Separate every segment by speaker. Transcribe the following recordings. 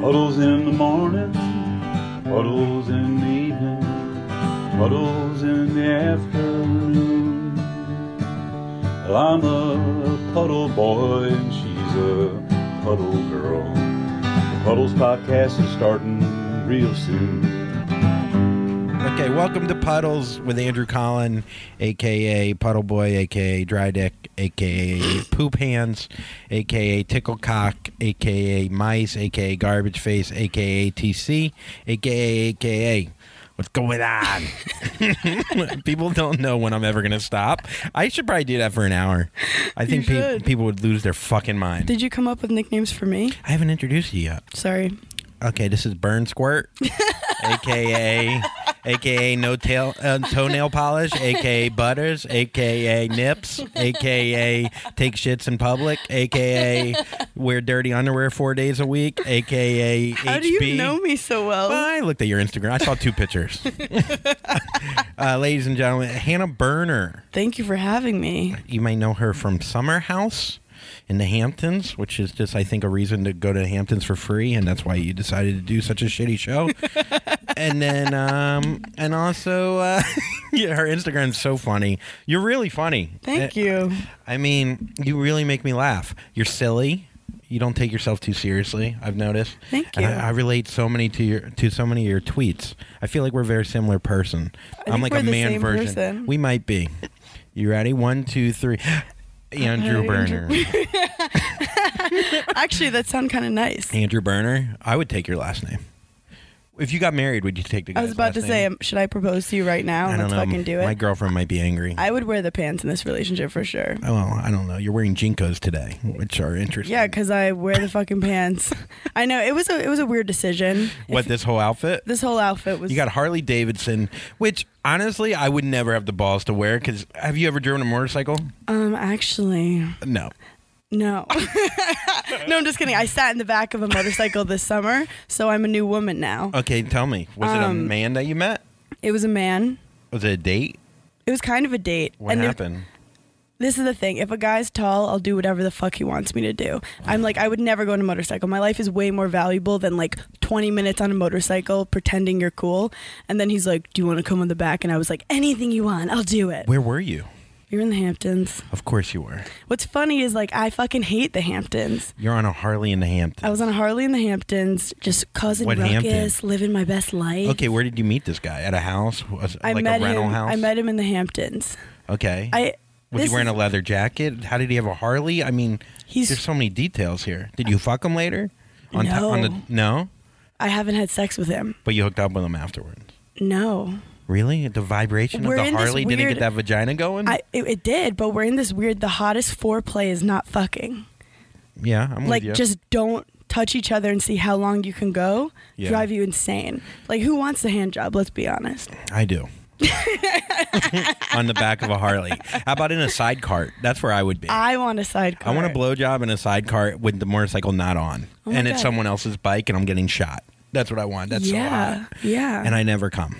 Speaker 1: Puddles in the morning, puddles in the evening, puddles in the afternoon. Well, I'm a puddle boy and she's a puddle girl. The Puddles podcast is starting real soon.
Speaker 2: Okay, welcome to Puddles with Andrew Collin, aka Puddle Boy, aka Dry Deck, aka Poop Hands, aka Tickle Cock, aka Mice, aka Garbage Face, aka TC, aka aka. What's going on? people don't know when I'm ever going to stop. I should probably do that for an hour. I think pe-
Speaker 3: should.
Speaker 2: people would lose their fucking mind.
Speaker 3: Did you come up with nicknames for me?
Speaker 2: I haven't introduced you yet.
Speaker 3: Sorry.
Speaker 2: Okay, this is Burn Squirt, aka aka no tail uh, toenail polish, aka butters, aka nips, aka take shits in public, aka wear dirty underwear four days a week, aka
Speaker 3: How
Speaker 2: HB.
Speaker 3: do you know me so well?
Speaker 2: Well, I looked at your Instagram. I saw two pictures. uh, ladies and gentlemen, Hannah Burner.
Speaker 3: Thank you for having me.
Speaker 2: You may know her from Summer House in the Hamptons, which is just, I think, a reason to go to the Hamptons for free, and that's why you decided to do such a shitty show. and then, um, and also, uh, yeah, her Instagram's so funny. You're really funny.
Speaker 3: Thank
Speaker 2: Uh,
Speaker 3: you.
Speaker 2: I mean, you really make me laugh. You're silly. You don't take yourself too seriously. I've noticed.
Speaker 3: Thank
Speaker 2: And
Speaker 3: you.
Speaker 2: I, I relate so many to your to so many of your tweets. I feel like we're a very similar person.
Speaker 3: I
Speaker 2: am
Speaker 3: think
Speaker 2: like
Speaker 3: we're
Speaker 2: a
Speaker 3: the
Speaker 2: man
Speaker 3: same
Speaker 2: version.
Speaker 3: person.
Speaker 2: We might be. You ready? One, two, three. Andrew
Speaker 3: Hi,
Speaker 2: Burner.
Speaker 3: Actually, that sounded kind of nice.
Speaker 2: Andrew Burner. I would take your last name. If you got married, would you take the?
Speaker 3: I was
Speaker 2: guy's
Speaker 3: about to
Speaker 2: last
Speaker 3: say,
Speaker 2: name?
Speaker 3: um, should I propose to you right now?
Speaker 2: I
Speaker 3: and
Speaker 2: don't
Speaker 3: Let's
Speaker 2: know.
Speaker 3: fucking do it.
Speaker 2: My girlfriend might be angry.
Speaker 3: I would wear the pants in this relationship for sure.
Speaker 2: oh, I don't know. You're wearing jinkos today, which are interesting.
Speaker 3: Yeah, because I wear the fucking pants. I know it was a it was a weird decision.
Speaker 2: What this whole outfit?
Speaker 3: This whole outfit was.
Speaker 2: You got Harley Davidson, which honestly I would never have the balls to wear. Because have you ever driven a motorcycle?
Speaker 3: um actually
Speaker 2: No.
Speaker 3: no no I'm just kidding. I sat in the back of a motorcycle this summer, so I'm a new woman now.
Speaker 2: Okay, tell me, was it a
Speaker 3: Um,
Speaker 2: man that you met?
Speaker 3: It was a man.
Speaker 2: Was it a date?
Speaker 3: It was kind of a date.
Speaker 2: What
Speaker 3: and if-
Speaker 2: happened?
Speaker 3: this is the thing. If a guy's tall, I'll do whatever the fuck he wants me to do. I'm like, I would never go on a motorcycle. My life is way more valuable than like 20 minutes on a motorcycle pretending you're cool. And then he's like, Do you want to come on the back? And I was like, Anything you want, I'll do it.
Speaker 2: Where were you?
Speaker 3: You're in the Hamptons.
Speaker 2: Of course you were.
Speaker 3: What's funny is like, I fucking hate the Hamptons.
Speaker 2: You're on a Harley in the Hamptons.
Speaker 3: I was on a Harley in the Hamptons, just causing
Speaker 2: What
Speaker 3: ruckus,
Speaker 2: Hamptons?
Speaker 3: living my best life.
Speaker 2: Okay, where did you meet this guy? At a house? Was,
Speaker 3: I
Speaker 2: like
Speaker 3: met
Speaker 2: a rental
Speaker 3: him.
Speaker 2: house?
Speaker 3: I met him in the Hamptons.
Speaker 2: Okay.
Speaker 3: I.
Speaker 2: was
Speaker 3: this
Speaker 2: he wearing
Speaker 3: is-
Speaker 2: a leather jacket? How did he have a Harley? I mean,
Speaker 3: He's-
Speaker 2: there's so many details here. Did you fuck him later? On to- on the
Speaker 3: No.
Speaker 2: no,
Speaker 3: I haven't had sex with him.
Speaker 2: but you hooked up with him afterwards.
Speaker 3: No.
Speaker 2: Really? The vibration
Speaker 3: We're
Speaker 2: of
Speaker 3: in
Speaker 2: the
Speaker 3: this
Speaker 2: Harley didn't get
Speaker 3: weird-
Speaker 2: that vagina going?
Speaker 3: I it, it did, but we're in this weird. The hottest foreplay is not fucking.
Speaker 2: yeah, I'm
Speaker 3: Like
Speaker 2: with you.
Speaker 3: just don't touch each other and see how long you can go.
Speaker 2: Yeah.
Speaker 3: Drive you insane. Like who wants the hand job? Let's be honest.
Speaker 2: I do. On the back of a Harley. How about in a side cart? That's where I would be. I,
Speaker 3: I want a sidecar.
Speaker 2: want a blowjob in a side cart with the motorcycle not on,
Speaker 3: Oh my
Speaker 2: and it's
Speaker 3: God.
Speaker 2: someone else's bike, and I'm getting shot. That's what I want. That's so
Speaker 3: yeah,
Speaker 2: hot.
Speaker 3: yeah.
Speaker 2: And I never come.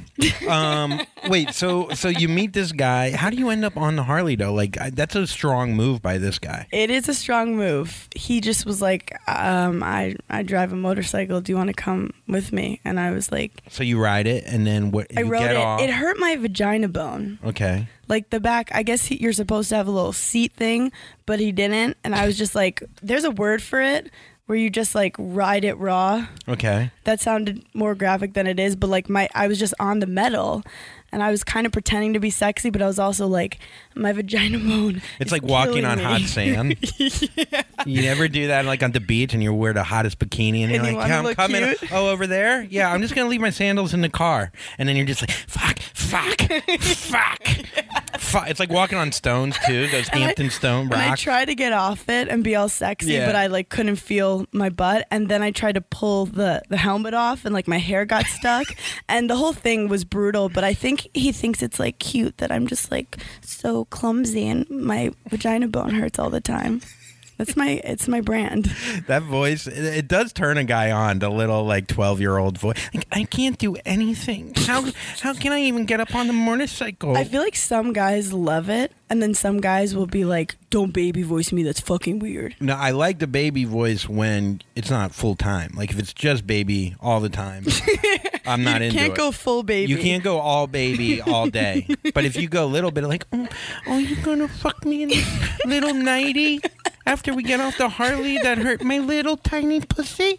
Speaker 2: Um, wait, so so you meet this guy. How do you end up on the Harley though? Like I, that's a strong move by this guy.
Speaker 3: it is a strong move. He just was like, um, I I drive a motorcycle. Do you want to come with me? And I was like,
Speaker 2: So you ride it, and then what?
Speaker 3: I
Speaker 2: you
Speaker 3: rode
Speaker 2: get
Speaker 3: it.
Speaker 2: off.
Speaker 3: It hurt my vagina bone.
Speaker 2: Okay.
Speaker 3: like the back i guess he, you're supposed to have a little seat thing but he didn't and i was just like there's a word for it where you just like ride it raw
Speaker 2: Okay.
Speaker 3: that sounded more graphic than it is but like my i was just on the metal and i was kind of pretending to be sexy but i was also like my vagina bone
Speaker 2: It's
Speaker 3: is
Speaker 2: like walking
Speaker 3: killing
Speaker 2: on
Speaker 3: me.
Speaker 2: hot sand. You never do that like on the beach and you wear the hottest bikini and you're
Speaker 3: And you
Speaker 2: like,
Speaker 3: wanna
Speaker 2: "Yeah, I'm
Speaker 3: look
Speaker 2: coming.
Speaker 3: cute.
Speaker 2: Oh, over there? Yeah, I'm just going to leave my sandals in the car. And then you're just like, fuck, fuck, fuck. fuck. It's like walking on stones too, those
Speaker 3: And I-
Speaker 2: Hampton stone
Speaker 3: and I
Speaker 2: rocks.
Speaker 3: tried to get off it and be all sexy,
Speaker 2: Yeah.
Speaker 3: but I like couldn't feel my butt. And then I tried to pull the, the helmet off and like my hair got stuck. and the whole thing was brutal, but I think he thinks it's like cute that I'm just like so clumsy and my vagina bone hurts all the time. That's my it's my brand.
Speaker 2: That voice, it, it does turn a guy on. The little like twelve year old voice. Like I can't do anything. How how can I even get up on the motorcycle?
Speaker 3: I feel like some guys love it, and then some guys will be like, "Don't baby voice me. That's fucking weird."
Speaker 2: no, I like the baby voice when it's not full time. Like if it's just baby all the time, I'm not
Speaker 3: you
Speaker 2: into
Speaker 3: can't
Speaker 2: it.
Speaker 3: go full baby.
Speaker 2: You can't go all baby all day. but if you go a little bit, like, oh, oh you gonna fuck me in the little nighty after we get off the Harley that hurt my little tiny pussy?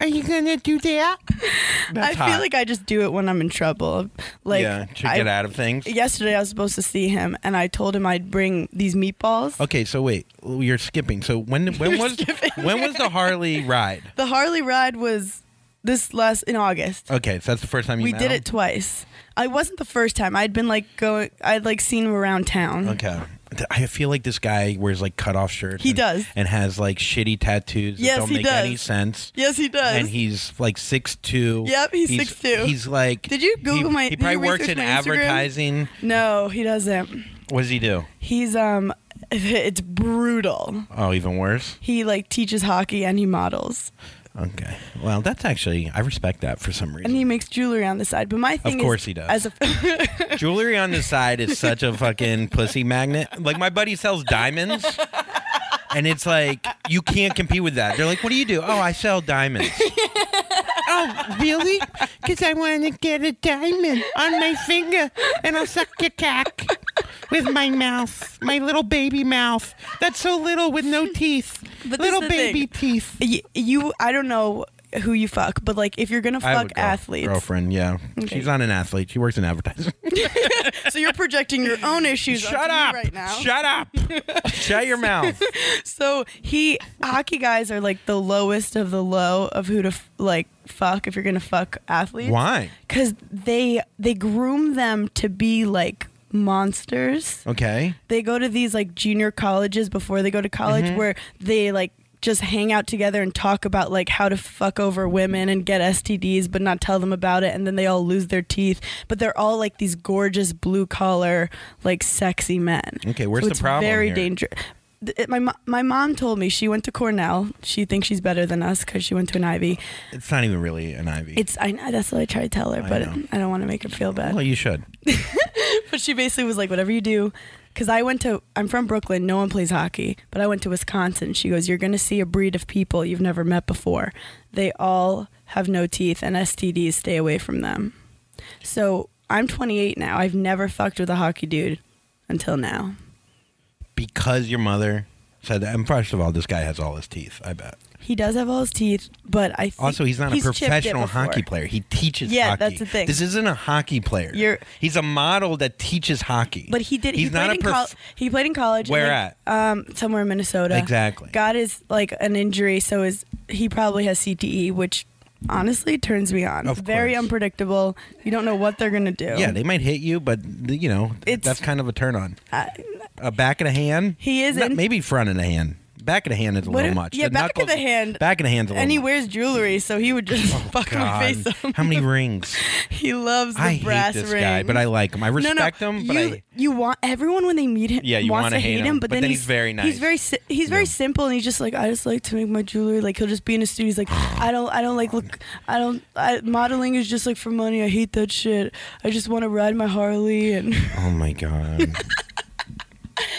Speaker 2: Are you gonna do that?
Speaker 3: I
Speaker 2: That's
Speaker 3: feel
Speaker 2: hot.
Speaker 3: like I just do it when I'm in trouble. Like
Speaker 2: yeah, to
Speaker 3: I-
Speaker 2: get out of things.
Speaker 3: Yesterday I was supposed to see him, and I told him I'd bring these meatballs.
Speaker 2: Okay, so wait, you're skipping. So when when
Speaker 3: You're
Speaker 2: was
Speaker 3: skipping.
Speaker 2: when was the Harley ride?
Speaker 3: The Harley ride was this last in August.
Speaker 2: Okay, so that's the first time you
Speaker 3: we
Speaker 2: met
Speaker 3: did
Speaker 2: him?
Speaker 3: it twice. I wasn't the first time. I'd been like going. I'd like seen him around town.
Speaker 2: Okay. Th- I feel like this guy wears like cut off shirts.
Speaker 3: He
Speaker 2: and-
Speaker 3: does.
Speaker 2: And has like shitty tattoos that
Speaker 3: Yes,
Speaker 2: don't
Speaker 3: he
Speaker 2: make
Speaker 3: does.
Speaker 2: any sense.
Speaker 3: Yes, he does.
Speaker 2: and he's like six two.
Speaker 3: Yep, he's 6'2".
Speaker 2: He's like.
Speaker 3: Did you Google
Speaker 2: he,
Speaker 3: my-
Speaker 2: He
Speaker 3: did
Speaker 2: probably
Speaker 3: you
Speaker 2: works
Speaker 3: research
Speaker 2: in
Speaker 3: my Instagram?
Speaker 2: advertising.
Speaker 3: no, he doesn't.
Speaker 2: What does he do?
Speaker 3: He's um, it's brutal.
Speaker 2: Oh, even worse.
Speaker 3: He like teaches hockey and he models
Speaker 2: Okay. Well, that's actually I respect that for some
Speaker 3: and
Speaker 2: reason.
Speaker 3: he makes jewelry on the side. But my thing, is,
Speaker 2: course he does.
Speaker 3: As a,
Speaker 2: Jewelry on the side is such a fucking pussy magnet. Like my buddy sells diamonds. And it's like you can't compete with that. They're like, "What do you do?" "Oh, I sell diamonds." "Oh, really? Cuz I want to get a diamond on my finger and I'll suck your cock with my mouth, my little baby mouth. That's so little with no teeth.
Speaker 3: But this is
Speaker 2: little
Speaker 3: the
Speaker 2: baby teeth."
Speaker 3: y- you, I don't know who you fuck, but like if you're gonna
Speaker 2: I have
Speaker 3: fuck
Speaker 2: a girl-
Speaker 3: athletes,
Speaker 2: Girlfriend, yeah.
Speaker 3: Okay.
Speaker 2: She's not an athlete. She works in advertising.
Speaker 3: so you're projecting your own issues.
Speaker 2: Shut
Speaker 3: onto me
Speaker 2: up.
Speaker 3: right now.
Speaker 2: Shut up. Shut your mouth.
Speaker 3: So he hockey guys are like the lowest of the low of who to f- like fuck if you're gonna fuck athletes.
Speaker 2: Why?
Speaker 3: Because they they groom them to be like monsters.
Speaker 2: Okay.
Speaker 3: They go to these like junior colleges before they go to college
Speaker 2: Mm-hmm.
Speaker 3: where they like just hang out together and talk about like how to fuck over women and get STDs but not tell them about it and then they all lose their teeth but they're all like these gorgeous blue collar like sexy men.
Speaker 2: Okay, where's
Speaker 3: So
Speaker 2: the
Speaker 3: it's
Speaker 2: problem
Speaker 3: Very
Speaker 2: here?
Speaker 3: dangerous. my mo- my mom told me she went to Cornell. She thinks she's better than us because she went to an Ivy.
Speaker 2: It's not even really an Ivy.
Speaker 3: It's I know that's what I try to tell her,
Speaker 2: I
Speaker 3: but
Speaker 2: know.
Speaker 3: I don't want to make her feel bad.
Speaker 2: well, you should.
Speaker 3: But she basically was like, whatever you do. Because I went to, I'm from Brooklyn, no one plays hockey, but I went to Wisconsin. She goes, You're going to see a breed of people you've never met before. They all have no teeth, and STDs stay away from them. So I'm 28 now. I've never fucked with a hockey dude until now.
Speaker 2: Because your mother said that. And first of all, this guy has all his teeth, I bet.
Speaker 3: He does have all his teeth, but I think.
Speaker 2: Also, he's not a
Speaker 3: chipped it
Speaker 2: professional
Speaker 3: before.
Speaker 2: hockey player. He teaches
Speaker 3: Yeah,
Speaker 2: hockey.
Speaker 3: that's the thing.
Speaker 2: This isn't a hockey player.
Speaker 3: You're-
Speaker 2: he's a model that teaches hockey.
Speaker 3: But he did.
Speaker 2: He's
Speaker 3: he played
Speaker 2: not a
Speaker 3: in
Speaker 2: prof-
Speaker 3: col- He played in college. and
Speaker 2: Where
Speaker 3: then, Um, somewhere in Minnesota.
Speaker 2: Exactly.
Speaker 3: Got his like an injury, so his he probably has CTE, which honestly turns me on.
Speaker 2: Of
Speaker 3: Very
Speaker 2: course.
Speaker 3: unpredictable. You don't know what they're gonna do.
Speaker 2: Yeah, they might hit you, but, you know,
Speaker 3: It's-
Speaker 2: that's kind of a turn on.
Speaker 3: I-
Speaker 2: A back of the hand?
Speaker 3: He is
Speaker 2: Not-
Speaker 3: in-
Speaker 2: Maybe front of the hand. Back of the hand is a
Speaker 3: What
Speaker 2: little
Speaker 3: if-
Speaker 2: much.
Speaker 3: yeah, back of
Speaker 2: knuckles-
Speaker 3: the hand-
Speaker 2: Back of the hand's a little
Speaker 3: and he
Speaker 2: much.
Speaker 3: wears jewelry, so he would just fuck
Speaker 2: Oh, God,
Speaker 3: my face up.
Speaker 2: How many rings?
Speaker 3: He loves the
Speaker 2: I hate
Speaker 3: brass
Speaker 2: this
Speaker 3: ring.
Speaker 2: guy, but I like him. I
Speaker 3: no, no,
Speaker 2: respect him, but
Speaker 3: you,
Speaker 2: I
Speaker 3: you want everyone when they meet him.
Speaker 2: Yeah, you
Speaker 3: wants
Speaker 2: wanna
Speaker 3: to
Speaker 2: hate
Speaker 3: hate
Speaker 2: him,
Speaker 3: but,
Speaker 2: but then he's very nice.
Speaker 3: He's very si- he's very
Speaker 2: Yeah.
Speaker 3: simple, and he's just like I just like to make my jewelry. Like he'll just be in a studio. He's like I don't I don't like look I don't I, modeling is just like for money. I hate that shit. I just want to ride my Harley and
Speaker 2: Oh my god.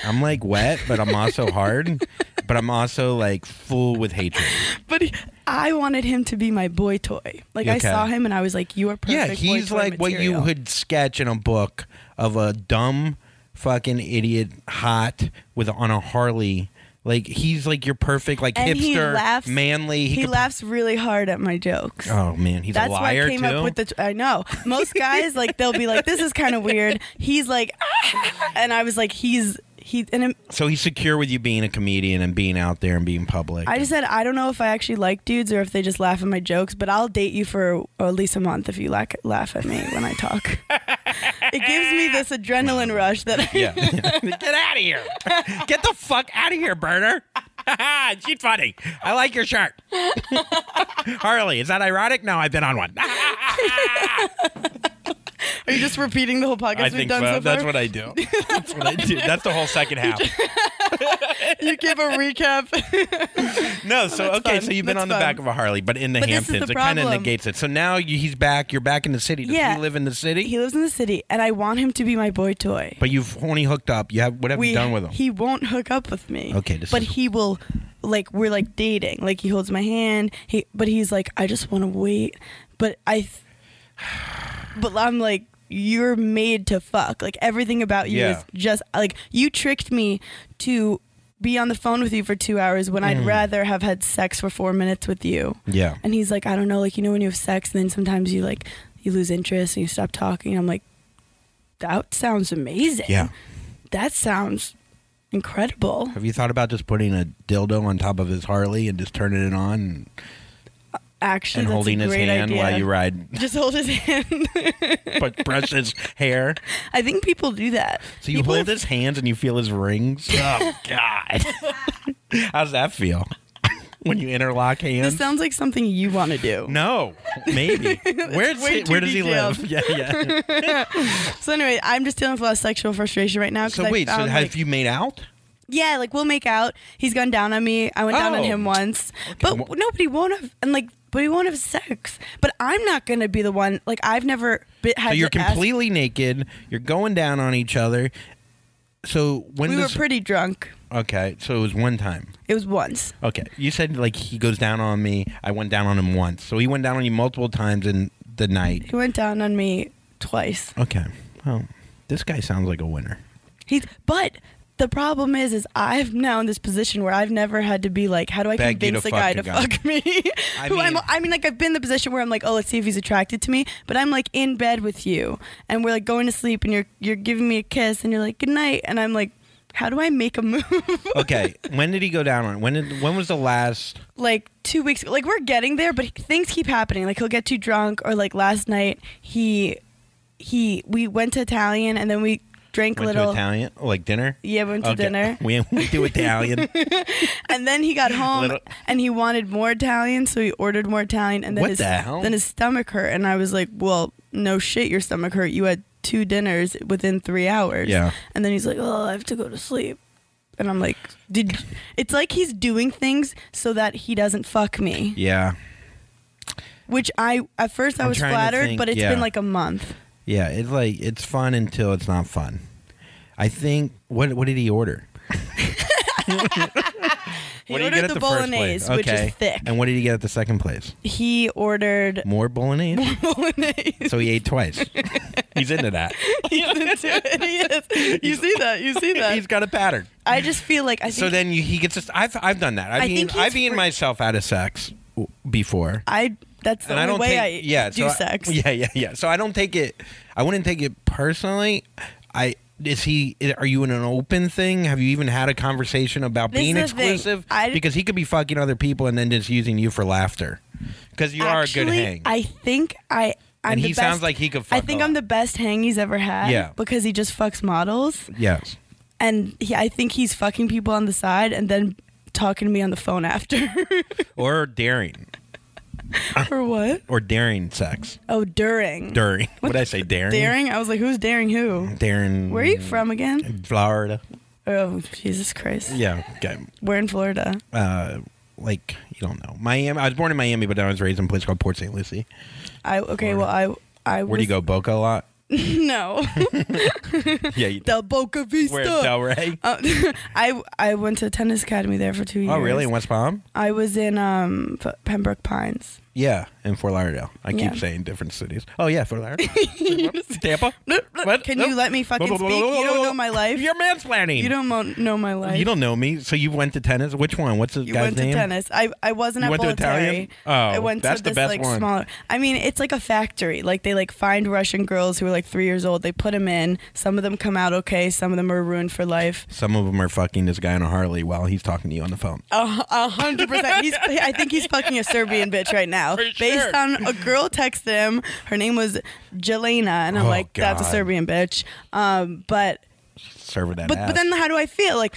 Speaker 2: I'm like wet, but I'm also hard, but I'm also like full with hatred.
Speaker 3: but he, I wanted him to be my boy toy. Like I
Speaker 2: Okay.
Speaker 3: saw him and I was like you are perfect.
Speaker 2: yeah,
Speaker 3: boy
Speaker 2: he's
Speaker 3: toy
Speaker 2: like what you
Speaker 3: material."
Speaker 2: would sketch in a book of a dumb fucking idiot hot with on a Harley. Like he's like your perfect like
Speaker 3: And
Speaker 2: hipster,
Speaker 3: he laughs-
Speaker 2: manly.
Speaker 3: He
Speaker 2: could-
Speaker 3: laughs really hard at my jokes.
Speaker 2: Oh man, he's
Speaker 3: That's
Speaker 2: a liar
Speaker 3: why I came
Speaker 2: too.
Speaker 3: up with the. I know most guys like they'll be like, "This is kind of weird." He's like, "Ah," and I was like, "He's he." And I'm-
Speaker 2: so he's secure with you being a comedian and being out there and being public.
Speaker 3: I just said, "I don't know if I actually like dudes or if they just laugh at my jokes, but I'll date you for at least a month if you laugh laugh at me when I talk." it gives me this adrenaline rush that
Speaker 2: Yeah. Get out of here. Get the fuck out of here, burner. She's funny. I like your shirt. Harley, is that ironic? No, I've been on one.
Speaker 3: are you just repeating the whole podcast
Speaker 2: I
Speaker 3: we've
Speaker 2: think
Speaker 3: done
Speaker 2: so.
Speaker 3: so far?
Speaker 2: that's what I do. That's what I do. That's the whole second half.
Speaker 3: you give a recap.
Speaker 2: No, so
Speaker 3: That's
Speaker 2: okay,
Speaker 3: fun.
Speaker 2: so you've been
Speaker 3: That's
Speaker 2: on the
Speaker 3: fun.
Speaker 2: back of a Harley, but in the
Speaker 3: But this is
Speaker 2: Hamptons,
Speaker 3: the
Speaker 2: it kind of
Speaker 3: problem.
Speaker 2: negates it. So now you, he's back. You're back in the city. Does
Speaker 3: Yeah.
Speaker 2: he live in the city?
Speaker 3: he lives in the city, and I want him to be my boy toy.
Speaker 2: but you've only hooked up. You have what have
Speaker 3: we
Speaker 2: you done with him?
Speaker 3: He won't hook up with me.
Speaker 2: Okay, this
Speaker 3: but
Speaker 2: is-
Speaker 3: he will. Like we're like dating. Like he holds my hand. He, but he's like, I just want to wait. But I, th- but I'm like, you're made to fuck. Like everything about you
Speaker 2: Yeah.
Speaker 3: is just like you tricked me to be on the phone with you for two hours when
Speaker 2: Mm.
Speaker 3: I'd rather have had sex for four minutes with you.
Speaker 2: yeah.
Speaker 3: And he's like, I don't know, like you know when you have sex and then sometimes you like you lose interest and you stop talking. I'm like, that sounds amazing.
Speaker 2: Yeah.
Speaker 3: That sounds incredible.
Speaker 2: Have you thought about just putting a dildo on top of his Harley and just turning it on and,
Speaker 3: Actually,
Speaker 2: and
Speaker 3: that's
Speaker 2: holding
Speaker 3: a
Speaker 2: his
Speaker 3: great
Speaker 2: hand
Speaker 3: idea.
Speaker 2: while you ride,
Speaker 3: Just hold his hand.
Speaker 2: but brush his hair?
Speaker 3: I think people do that.
Speaker 2: So you
Speaker 3: People
Speaker 2: hold
Speaker 3: are-
Speaker 2: his hands and you feel his rings. Oh God! How's that feel when you interlock
Speaker 3: This
Speaker 2: hands?
Speaker 3: sounds like something you want to do.
Speaker 2: No, maybe. Where's
Speaker 3: way
Speaker 2: he,
Speaker 3: too
Speaker 2: where does he live? Yeah,
Speaker 3: detailed.
Speaker 2: yeah.
Speaker 3: So anyway, I'm just dealing with a lot of sexual frustration right now. 'cause
Speaker 2: So
Speaker 3: I
Speaker 2: wait, so
Speaker 3: found, like-
Speaker 2: have you made out?
Speaker 3: Yeah, like we'll make out. He's gone down on me. I went down on
Speaker 2: Oh.
Speaker 3: him once. But
Speaker 2: Well-
Speaker 3: no, but he won't have and like but he won't have sex. But I'm not gonna be the one. Like I've never be, had.
Speaker 2: So you're
Speaker 3: to ask-
Speaker 2: completely naked. You're going down on each other. So when
Speaker 3: We were
Speaker 2: does
Speaker 3: pretty drunk.
Speaker 2: okay? So it was one time.
Speaker 3: It was once.
Speaker 2: Okay, you said like he goes down on me. I went down on him once. So he went down on you multiple times in the night.
Speaker 3: He went down on me twice.
Speaker 2: Okay. Well, this guy sounds like a winner.
Speaker 3: He's but. The problem is, is I'm now in this position where I've never had to be like, how do I
Speaker 2: Beg you to
Speaker 3: convince a
Speaker 2: fuck
Speaker 3: guy
Speaker 2: the
Speaker 3: to
Speaker 2: guy.
Speaker 3: fuck me?
Speaker 2: I
Speaker 3: Who I'm,
Speaker 2: mean-
Speaker 3: I mean, like I've been in the position where I'm like, oh, let's see if he's attracted to me. But I'm like in bed with you, and we're like going to sleep, and you're you're giving me a kiss, and you're like, good night, and I'm like, how do I make a move?
Speaker 2: Okay. when did he go down on? When did? When was the last?
Speaker 3: like two weeks like we're getting there but things keep happening like he'll get too drunk or like last night he he we went to italian and then we drank
Speaker 2: Went
Speaker 3: a little
Speaker 2: to Italian, like dinner.
Speaker 3: yeah we went to
Speaker 2: Okay.
Speaker 3: dinner
Speaker 2: We we do Italian.
Speaker 3: and then he got home
Speaker 2: Little-
Speaker 3: and he wanted more italian so he ordered more italian and then
Speaker 2: What
Speaker 3: his
Speaker 2: the hell?
Speaker 3: then his stomach hurt and i was like well no shit your stomach hurt you had two dinners within 3 hours
Speaker 2: Yeah.
Speaker 3: and then he's like oh i have to go to sleep and i'm like did it's like he's doing things so that he doesn't fuck me
Speaker 2: yeah.
Speaker 3: which I at first I
Speaker 2: I'm
Speaker 3: was
Speaker 2: trying to
Speaker 3: flattered,
Speaker 2: think,
Speaker 3: but it's
Speaker 2: yeah.
Speaker 3: been like a month.
Speaker 2: Yeah, it's like it's fun until it's not fun. I think what what did he order?
Speaker 3: He
Speaker 2: what did
Speaker 3: ordered
Speaker 2: he get at
Speaker 3: the
Speaker 2: the
Speaker 3: bolognese,
Speaker 2: first place?
Speaker 3: which
Speaker 2: okay.
Speaker 3: is thick.
Speaker 2: And what did he get at the second place?
Speaker 3: He ordered
Speaker 2: More bolognese.
Speaker 3: bolognese.
Speaker 2: so he ate twice. He's into that.
Speaker 3: He's into it. He is. You see that? You see
Speaker 2: He's
Speaker 3: that?
Speaker 2: got a pattern.
Speaker 3: I just feel like I think
Speaker 2: So then you, he gets. This, I've I've done that. I've
Speaker 3: I
Speaker 2: eaten,
Speaker 3: think he's
Speaker 2: I've eaten
Speaker 3: fr-
Speaker 2: myself out of sex w- before.
Speaker 3: I that's the
Speaker 2: and I
Speaker 3: only
Speaker 2: don't
Speaker 3: way
Speaker 2: take,
Speaker 3: I
Speaker 2: yeah,
Speaker 3: do
Speaker 2: so I-
Speaker 3: sex.
Speaker 2: yeah, yeah, yeah. So I don't take it. I wouldn't take it personally. I is he? Are you in an open thing? Have you even had a conversation about
Speaker 3: This
Speaker 2: being
Speaker 3: is the thing.
Speaker 2: exclusive?
Speaker 3: I-
Speaker 2: because he could be fucking other people and then just using you for laughter. Because you are a good
Speaker 3: Actually,
Speaker 2: hang.
Speaker 3: I think I. I'm
Speaker 2: And
Speaker 3: the
Speaker 2: he
Speaker 3: best,
Speaker 2: sounds like he could
Speaker 3: I
Speaker 2: fuck a
Speaker 3: think
Speaker 2: lot.
Speaker 3: I'm the best hang he's ever had.
Speaker 2: Yeah.
Speaker 3: Because he just fucks models,
Speaker 2: yes.
Speaker 3: and he, I think he's fucking people on the side and then talking to me on the phone after.
Speaker 2: Or daring.
Speaker 3: or what?
Speaker 2: Or daring sex.
Speaker 3: Oh, during.
Speaker 2: Daring. What would I say? Daring. Mm.
Speaker 3: Daring? I was like, who's daring who?
Speaker 2: Daring.
Speaker 3: Where are you from again?
Speaker 2: Florida.
Speaker 3: Oh, Jesus Christ.
Speaker 2: Yeah. Okay.
Speaker 3: We're in Florida.
Speaker 2: Uh, like you don't know Miami. I was born in Miami, but I was raised in a place called Port St. Lucie.
Speaker 3: I okay, well I I
Speaker 2: Where do you
Speaker 3: was-
Speaker 2: go? Boca a lot.
Speaker 3: No.
Speaker 2: Yeah. You,
Speaker 3: Del Boca
Speaker 2: Where
Speaker 3: Vista.
Speaker 2: Delray?
Speaker 3: Uh, I I went to tennis academy there for 2 years.
Speaker 2: Oh, really? In West Palm?
Speaker 3: I was in um P- Pembroke Pines.
Speaker 2: Yeah, in Fort Lauderdale. I
Speaker 3: Yeah.
Speaker 2: keep saying different cities. Oh yeah, Fort Lauderdale, Tampa. What?
Speaker 3: Can
Speaker 2: Nope.
Speaker 3: you let me fucking speak? You don't know my life.
Speaker 2: You're mansplaining.
Speaker 3: You don't mo- know my life.
Speaker 2: You don't know me. So you went to tennis. Which one? What's the
Speaker 3: You
Speaker 2: guy's
Speaker 3: went
Speaker 2: name?
Speaker 3: to tennis. I, I wasn't
Speaker 2: You
Speaker 3: at
Speaker 2: went to Italian?
Speaker 3: Bolletari.
Speaker 2: Oh,
Speaker 3: I went
Speaker 2: that's
Speaker 3: to
Speaker 2: the
Speaker 3: this
Speaker 2: best
Speaker 3: like
Speaker 2: one.
Speaker 3: smaller. I mean, it's like a factory. Like they like find Russian girls who are like three years old. They put them in. Some of them come out okay. Some of them are ruined for life.
Speaker 2: Some of them are fucking this guy on a Harley while he's talking to you on the phone.
Speaker 3: A a hundred percent. He's. I think he's fucking a Serbian bitch right now.
Speaker 2: For
Speaker 3: Based
Speaker 2: sure.
Speaker 3: on a girl texted him. Her name was Jelena, and I'm
Speaker 2: Oh,
Speaker 3: like, that's a
Speaker 2: God.
Speaker 3: Serbian bitch. Um, but
Speaker 2: Serving that
Speaker 3: but
Speaker 2: ass.
Speaker 3: but then how do I feel like?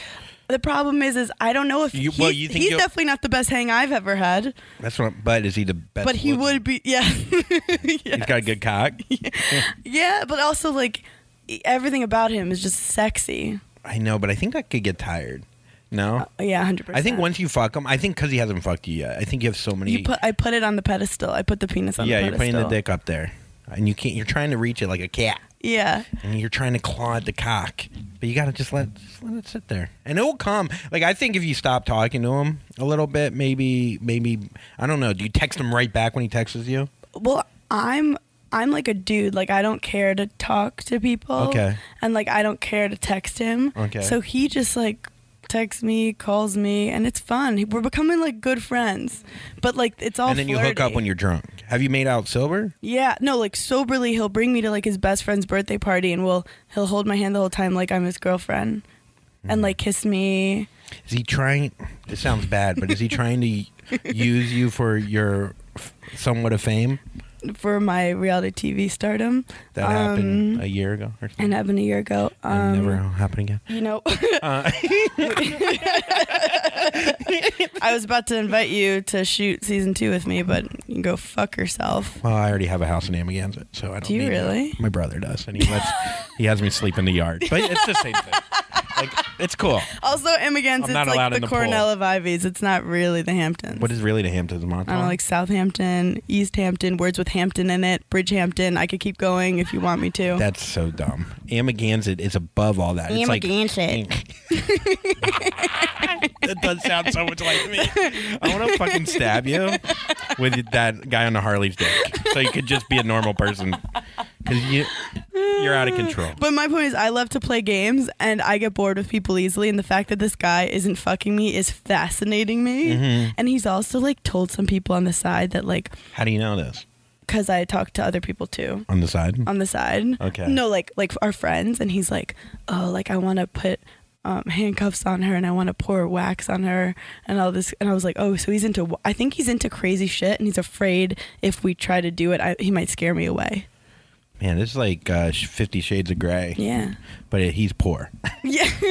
Speaker 3: The problem is, is I don't know if
Speaker 2: You-
Speaker 3: he's,
Speaker 2: well, you think
Speaker 3: he's
Speaker 2: you'll-
Speaker 3: definitely not the best hang I've ever had.
Speaker 2: that's what. But is he the best?
Speaker 3: But he
Speaker 2: looking?
Speaker 3: would be, yeah. yeah.
Speaker 2: He's got a good cock.
Speaker 3: Yeah, but also like everything about him is just sexy.
Speaker 2: I know, but I think that could get tired. No.
Speaker 3: Yeah, hundred Uh, percent.
Speaker 2: I think once you fuck him, I think because he hasn't fucked you yet. I think you have so many.
Speaker 3: you put, I put it on the pedestal. I put the penis on.
Speaker 2: yeah,
Speaker 3: the
Speaker 2: you're putting
Speaker 3: pedestal.
Speaker 2: the dick up there, and you can't. You're trying to reach it like a cat,
Speaker 3: Yeah,
Speaker 2: and you're trying to claw at the cock, but you gotta just let just let it sit there, and it will come. Like I think if you stop talking to him a little bit, maybe maybe I don't know. Do you text him right back when he texts you?
Speaker 3: well i'm i'm like a dude like i don't care to talk to people
Speaker 2: Okay.
Speaker 3: and like i don't care to text him
Speaker 2: Okay.
Speaker 3: so he just like texts me calls me and it's fun we're becoming like good friends but like it's all
Speaker 2: and then you hook up
Speaker 3: flirty.
Speaker 2: when you're drunk. Have you made out sober?
Speaker 3: yeah no like soberly he'll bring me to like his best friend's birthday party and we'll he'll hold my hand the whole time like i'm his girlfriend
Speaker 2: Mm-hmm.
Speaker 3: and like kiss me
Speaker 2: Is he trying? This sounds bad, but is he trying to use you for your f- somewhat of fame
Speaker 3: for my reality tv stardom
Speaker 2: that
Speaker 3: Um,
Speaker 2: happened a year ago or
Speaker 3: and
Speaker 2: something?
Speaker 3: happened a year ago um
Speaker 2: And never happen again.
Speaker 3: You know, I was about to invite you to shoot season two with me, but you can go fuck yourself.
Speaker 2: Well, I already have a house in Amagansett, so I don't.
Speaker 3: Do you
Speaker 2: need it.
Speaker 3: really?
Speaker 2: My brother does, and he lets he has me sleep in the yard. But it's the same thing. Like it's cool.
Speaker 3: Also, Amagansett,
Speaker 2: I'm
Speaker 3: it's
Speaker 2: not allowed
Speaker 3: like the,
Speaker 2: in the pool.
Speaker 3: Cornell of Ivies. It's not really the Hamptons.
Speaker 2: What is really the Hamptons, Montauk?
Speaker 3: I don't know, like Southampton, East Hampton, words with Hampton in it, Bridgehampton. I could keep going if you want me to.
Speaker 2: That's so dumb. Amagansett is above all that. It's like- that does sound so much like me. I want to fucking stab you with that guy on the Harley's dick, so you could just be a normal person. Because you you're out of control.
Speaker 3: But my point is, I love to play games and I get bored with people easily. And the fact that this guy isn't fucking me is fascinating me.
Speaker 2: Mm-hmm.
Speaker 3: And he's also like told some people on the side that, like,
Speaker 2: How do you know this?
Speaker 3: because I talk to other people too
Speaker 2: On the side.
Speaker 3: on the side.
Speaker 2: Okay.
Speaker 3: No, like, like our friends. And he's like, oh, like, I want to put. Um, handcuffs on her and I want to pour wax on her and all this and I was like oh so he's into I think he's into crazy shit and he's afraid if we try to do it I, he might scare me away
Speaker 2: Man, this is like uh, Fifty Shades of Grey.
Speaker 3: yeah
Speaker 2: But he's poor.
Speaker 3: yeah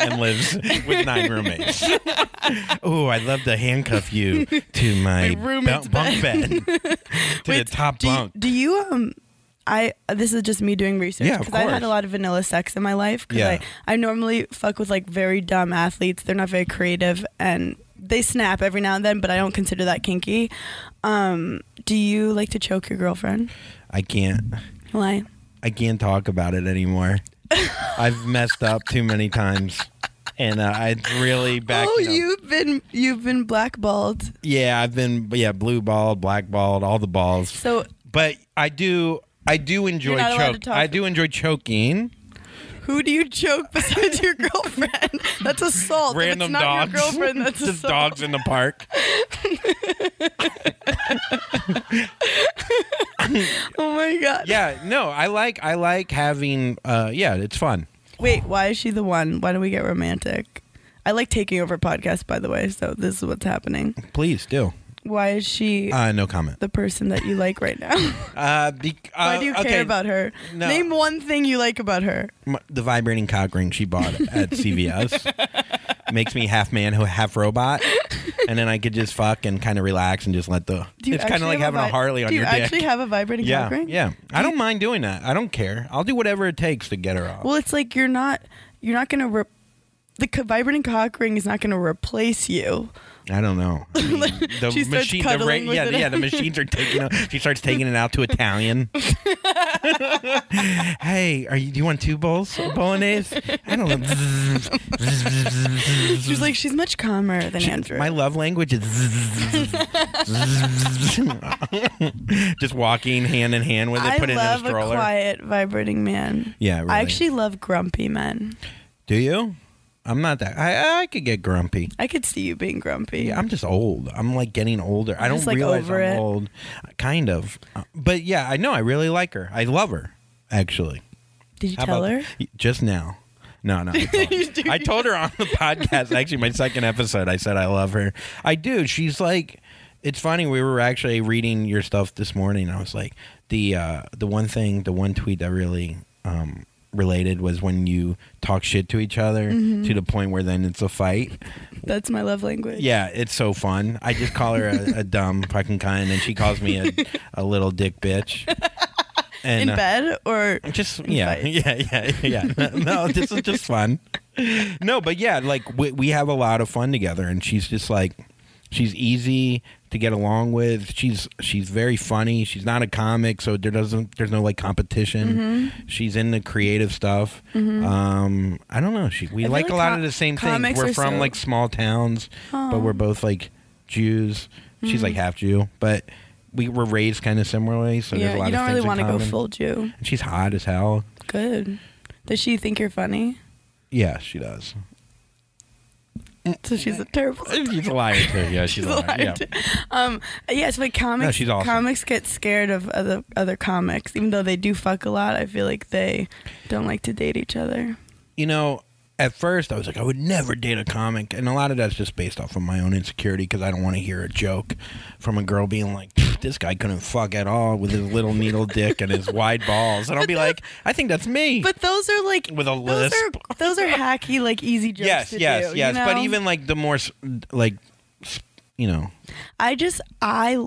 Speaker 2: and lives with nine roommates. oh, I'd love to handcuff you to my,
Speaker 3: My
Speaker 2: bu-
Speaker 3: roommate's
Speaker 2: bunk bed, to the
Speaker 3: Wait,
Speaker 2: top
Speaker 3: do you-
Speaker 2: bunk.
Speaker 3: do you um I this is just me doing research
Speaker 2: Yeah, of
Speaker 3: I've had
Speaker 2: course.
Speaker 3: a lot of vanilla sex in my life. 'cause
Speaker 2: Yeah.
Speaker 3: I, I normally fuck with like very dumb athletes. They're not very creative and they snap every now and then, but I don't consider that kinky. Um, do you like to choke your girlfriend?
Speaker 2: I can't.
Speaker 3: Why?
Speaker 2: I can't talk about it anymore. I've messed up too many times, and uh, I really back.
Speaker 3: oh, you've been you've been blackballed.
Speaker 2: Yeah, I've been. Yeah, blue balled, black balled, all the balls.
Speaker 3: So
Speaker 2: But I do. I do enjoy
Speaker 3: not allowed to
Speaker 2: choke.
Speaker 3: talk.
Speaker 2: I do enjoy choking.
Speaker 3: who do you choke besides your girlfriend? That's assault. If it's
Speaker 2: Random
Speaker 3: not
Speaker 2: dogs.
Speaker 3: Your girlfriend. That's
Speaker 2: Just
Speaker 3: assault.
Speaker 2: dogs in the park.
Speaker 3: Oh my god.
Speaker 2: Yeah, no, I like I like having uh yeah, it's fun.
Speaker 3: Wait, why is she the one? Why do we get romantic? I like taking over podcasts, by the way, so this is what's happening.
Speaker 2: Please do.
Speaker 3: Why is she
Speaker 2: Uh no comment.
Speaker 3: the person that you like right now?
Speaker 2: Uh, be, uh
Speaker 3: why do you
Speaker 2: okay,
Speaker 3: care about her?
Speaker 2: no.
Speaker 3: Name one thing you like about her.
Speaker 2: m- the vibrating cock ring she bought at CVS? Makes me half man, who half robot, and then I could just fuck and kind of relax and just let the.
Speaker 3: Do you
Speaker 2: It's kind of
Speaker 3: actually
Speaker 2: like
Speaker 3: have
Speaker 2: having a,
Speaker 3: vi-
Speaker 2: Harley on
Speaker 3: do
Speaker 2: your
Speaker 3: you
Speaker 2: dick.
Speaker 3: actually have a vibrating
Speaker 2: yeah,
Speaker 3: cock ring?
Speaker 2: yeah. I don't mind doing that. I don't care. I'll do whatever it takes to get her off.
Speaker 3: Well, it's like you're not you're not gonna re- the co- vibrating cock ring is not gonna replace you.
Speaker 2: I don't know. I mean, the
Speaker 3: She starts
Speaker 2: the
Speaker 3: cuddling with
Speaker 2: yeah,
Speaker 3: it.
Speaker 2: yeah, the machines are taking. Out, she starts taking it out to Italian. hey, are you? Do you want two bowls of bolognese? I don't know.
Speaker 3: She's like she's much calmer than Andrew.
Speaker 2: My love language is just walking hand in hand with it.
Speaker 3: I
Speaker 2: put it in a
Speaker 3: love
Speaker 2: stroller.
Speaker 3: quiet vibrating man.
Speaker 2: yeah, really.
Speaker 3: I actually love grumpy men.
Speaker 2: do you? I'm not that. I I could get grumpy.
Speaker 3: I could see you being grumpy.
Speaker 2: Yeah, I'm just old. I'm like getting older. I don't
Speaker 3: just, like,
Speaker 2: realize
Speaker 3: over
Speaker 2: I'm
Speaker 3: it.
Speaker 2: old. Kind of. Uh, But yeah, I know. I really like her. I love her, actually.
Speaker 3: Did you
Speaker 2: How
Speaker 3: tell
Speaker 2: about
Speaker 3: her?
Speaker 2: that? Just now. No, no. I told,
Speaker 3: do.
Speaker 2: I told her on the podcast, actually, my second episode, I said I love her. I do. She's like, it's funny. We were actually reading your stuff this morning. And I was like, the uh, the one thing, the one tweet that really um, related was when you talk shit to each other
Speaker 3: Mm-hmm.
Speaker 2: to the point where then it's a fight.
Speaker 3: That's my love language.
Speaker 2: Yeah, it's so fun. I just call her a, a dumb fucking cunt, and she calls me a, a little dick bitch. And
Speaker 3: In
Speaker 2: uh,
Speaker 3: bed or
Speaker 2: just
Speaker 3: in
Speaker 2: yeah,
Speaker 3: fights.
Speaker 2: yeah, yeah, yeah. No, this is just fun. no, but yeah, like we, we have a lot of fun together, and she's just like, she's easy to get along with. She's she's very funny. She's not a comic, so there doesn't there's no like competition.
Speaker 3: Mm-hmm.
Speaker 2: She's into creative stuff. Um, I don't know. She we
Speaker 3: I feel
Speaker 2: like,
Speaker 3: like
Speaker 2: a lot
Speaker 3: co-
Speaker 2: of the same things.
Speaker 3: comics
Speaker 2: We're
Speaker 3: are
Speaker 2: from
Speaker 3: so-
Speaker 2: like small towns, but we're both like Jews. She's like
Speaker 3: Mm-hmm.
Speaker 2: half Jew, but we were raised kind of similarly, so there's a
Speaker 3: yeah,
Speaker 2: lot
Speaker 3: you don't
Speaker 2: of things
Speaker 3: really
Speaker 2: in
Speaker 3: want to go
Speaker 2: common.
Speaker 3: full Jew.
Speaker 2: And she's hot as hell.
Speaker 3: Good. Does she think you're funny?
Speaker 2: Yeah, she does.
Speaker 3: So she's a terrible.
Speaker 2: She's a liar too. Yeah, she's,
Speaker 3: She's a liar.
Speaker 2: Yeah.
Speaker 3: too. Um, yes, but comics.
Speaker 2: she's awesome.
Speaker 3: Comics get scared of other other comics, even though they do fuck a lot. I feel like they don't like to date each other.
Speaker 2: you know, at first I was like, I would never date a comic, and a lot of that's just based off of my own insecurity because I don't want to hear a joke from a girl being like, "This guy couldn't fuck at all with his little needle dick and his wide balls," and I'll be like, "I think that's me."
Speaker 3: But those are like
Speaker 2: With a
Speaker 3: those
Speaker 2: lisp.
Speaker 3: Are, those are hacky, like easy jokes.
Speaker 2: yes,
Speaker 3: to
Speaker 2: yes,
Speaker 3: do,
Speaker 2: yes.
Speaker 3: You know?
Speaker 2: But even like the more s- like, s- you know,
Speaker 3: I just I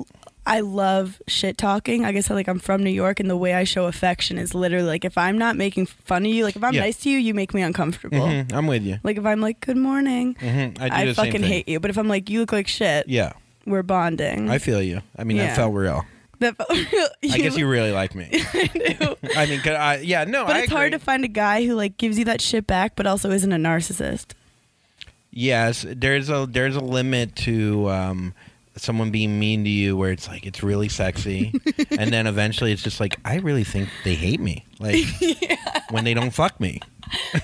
Speaker 3: I love shit talking. I guess I like I'm from New York and the way I show affection is literally like if I'm not making fun of you, like if I'm
Speaker 2: Yeah.
Speaker 3: nice to you, you make me uncomfortable.
Speaker 2: Mhm, I'm with you.
Speaker 3: Like if I'm like good morning,
Speaker 2: Mhm, I do
Speaker 3: I
Speaker 2: the same
Speaker 3: fucking
Speaker 2: thing.
Speaker 3: hate you. But if I'm like you look like shit,
Speaker 2: Yeah,
Speaker 3: we're bonding.
Speaker 2: I feel you. I mean, that
Speaker 3: Yeah.
Speaker 2: felt real.
Speaker 3: that felt real.
Speaker 2: I guess you really like me.
Speaker 3: I do.
Speaker 2: I mean, 'cause I, yeah, no,
Speaker 3: But
Speaker 2: I
Speaker 3: it's hard
Speaker 2: agree.
Speaker 3: to find a guy who like gives you that shit back, but also isn't a narcissist.
Speaker 2: Yes, there's a there's a limit to um, someone being mean to you where it's like it's really sexy, and then eventually it's just like I really think they hate me, like when they don't fuck me.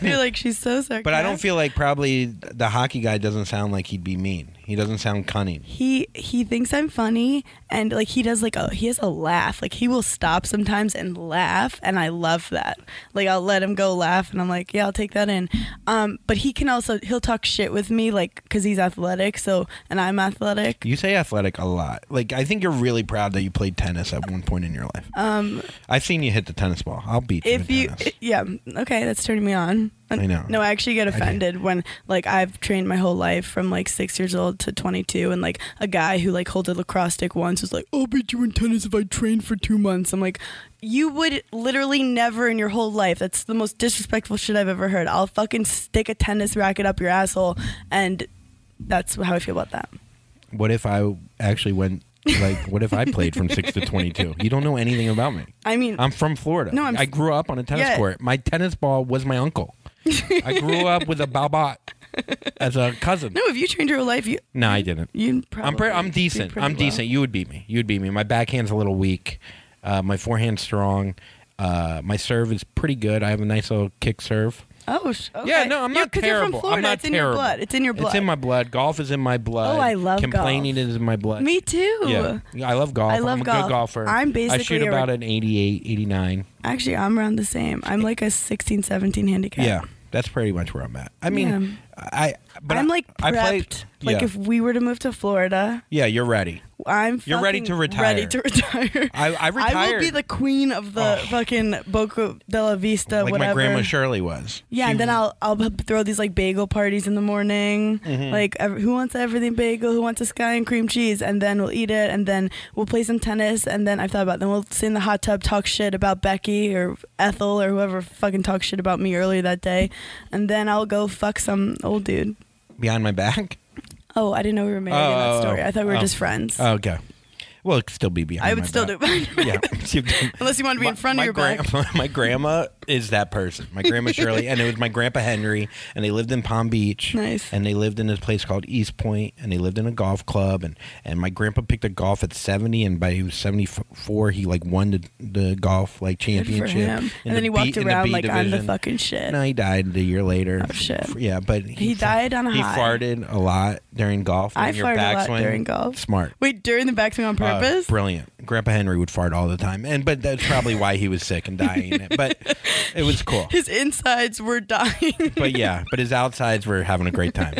Speaker 3: You're like she's so sarcastic.
Speaker 2: But I don't feel like probably the hockey guy doesn't sound like he'd be mean. He doesn't sound cunning.
Speaker 3: he he thinks I'm funny and like he does like a he has a laugh. Like he will stop sometimes and laugh and I love that. Like I'll let him go laugh and I'm like, yeah, I'll take that in. Um but he can also he'll talk shit with me like cuz he's athletic, so and I'm athletic.
Speaker 2: You say athletic a lot. Like I think you're really proud that you played tennis at one point in your life.
Speaker 3: Um
Speaker 2: I've seen you hit the tennis ball. I'll beat you.
Speaker 3: if
Speaker 2: at
Speaker 3: you
Speaker 2: tennis.
Speaker 3: yeah, okay, that's turning me on.
Speaker 2: I know.
Speaker 3: No, I actually get
Speaker 2: do.
Speaker 3: offended when like I've trained my whole life from like 6 years old to 22 and like a guy who like holds a lacrosse stick once was like, "I'll beat you in tennis if I train for 2 months." I'm like, "You would literally never in your whole life. That's the most disrespectful shit I've ever heard. I'll fucking stick a tennis racket up your asshole." And that's how I feel about that.
Speaker 2: what if I actually went? Like, what if I played from six to twenty-two? You don't know anything about me.
Speaker 3: I mean,
Speaker 2: I'm from Florida.
Speaker 3: No, I'm-
Speaker 2: I grew up on a tennis
Speaker 3: Yeah.
Speaker 2: court. My tennis ball was my uncle. I grew up with a babat as a cousin.
Speaker 3: no, if you trained your whole life, you
Speaker 2: No, I didn't.
Speaker 3: you probably
Speaker 2: I'm pre- I'm
Speaker 3: do
Speaker 2: decent.
Speaker 3: pretty
Speaker 2: I'm
Speaker 3: well.
Speaker 2: decent. You would beat me. You would beat me. My backhand's a little weak. Uh, my forehand's strong. Uh, my serve is pretty good. I have a nice little kick serve.
Speaker 3: Oh, sh- okay.
Speaker 2: Yeah, no, I'm
Speaker 3: You're-
Speaker 2: not
Speaker 3: 'cause
Speaker 2: terrible.
Speaker 3: You're from Florida.
Speaker 2: I'm not
Speaker 3: it's in
Speaker 2: terrible.
Speaker 3: your blood. It's in your blood.
Speaker 2: It's in my blood. Golf is in my blood.
Speaker 3: Oh, I love golf.
Speaker 2: Complaining is in my blood.
Speaker 3: Me too.
Speaker 2: Yeah. Yeah, I love golf.
Speaker 3: I love
Speaker 2: am a good
Speaker 3: golf.
Speaker 2: golfer.
Speaker 3: I'm
Speaker 2: I shoot
Speaker 3: basically a-
Speaker 2: about an 88, 89.
Speaker 3: Actually, I'm around the same. I'm like a 16, 17 handicap.
Speaker 2: Yeah, that's pretty much where I'm at. I mean, I. But
Speaker 3: I'm
Speaker 2: I-
Speaker 3: like
Speaker 2: I
Speaker 3: prepped.
Speaker 2: play-
Speaker 3: like
Speaker 2: yeah.
Speaker 3: if we were to move to Florida,
Speaker 2: yeah, you're ready.
Speaker 3: I'm
Speaker 2: You're ready
Speaker 3: fucking
Speaker 2: to retire.
Speaker 3: Ready to retire.
Speaker 2: I- I
Speaker 3: I will be
Speaker 2: retired.
Speaker 3: the queen of the
Speaker 2: Oh.
Speaker 3: fucking Boca de la Vista,
Speaker 2: like
Speaker 3: whatever.
Speaker 2: my grandma Shirley was.
Speaker 3: yeah,
Speaker 2: She-
Speaker 3: and then I'll I'll b- throw these like bagel parties in the morning.
Speaker 2: Mm-hmm.
Speaker 3: Like ev- who wants everything bagel? Who wants a sky and cream cheese? And then we'll eat it, and then we'll play some tennis, and then I've thought about then we'll sit in the hot tub, talk shit about Becky or Ethel or whoever fucking talked shit about me earlier that day, and then I'll go fuck some old dude.
Speaker 2: behind my back.
Speaker 3: Oh, I didn't know we were married in
Speaker 2: Oh, oh,
Speaker 3: that story. I thought we were
Speaker 2: oh.
Speaker 3: just friends.
Speaker 2: Oh, okay. Well, it could still be behind.
Speaker 3: I would
Speaker 2: my
Speaker 3: still
Speaker 2: back.
Speaker 3: do it behind your back.
Speaker 2: Yeah.
Speaker 3: unless you want to be in front
Speaker 2: my
Speaker 3: of your back.
Speaker 2: grandma, My grandma is that person. My grandma Shirley, and it was my grandpa Henry, and they lived in Palm Beach.
Speaker 3: Nice.
Speaker 2: And they lived in this place called East Point, and they lived in a golf club. and And my grandpa picked up golf at seventy, and by he was seventy four, he like won the, the golf like
Speaker 3: Good for
Speaker 2: championship.
Speaker 3: him.
Speaker 2: in
Speaker 3: And
Speaker 2: the
Speaker 3: then
Speaker 2: B-
Speaker 3: he walked
Speaker 2: in the
Speaker 3: around
Speaker 2: B
Speaker 3: like I'm the
Speaker 2: division.
Speaker 3: fucking shit.
Speaker 2: No, he died a year later.
Speaker 3: Oh, shit.
Speaker 2: Yeah, but he,
Speaker 3: He died on a
Speaker 2: He
Speaker 3: high.
Speaker 2: farted a lot during golf.
Speaker 3: I
Speaker 2: and your
Speaker 3: farted a lot
Speaker 2: backswing.
Speaker 3: during golf.
Speaker 2: Smart.
Speaker 3: Wait, during the backswing on
Speaker 2: Uh,
Speaker 3: purpose?
Speaker 2: brilliant. Grandpa Henry would fart all the time, and but that's probably why he was sick and dying. in it. But it was cool.
Speaker 3: His insides were dying.
Speaker 2: But yeah, but his outsides were having a great time.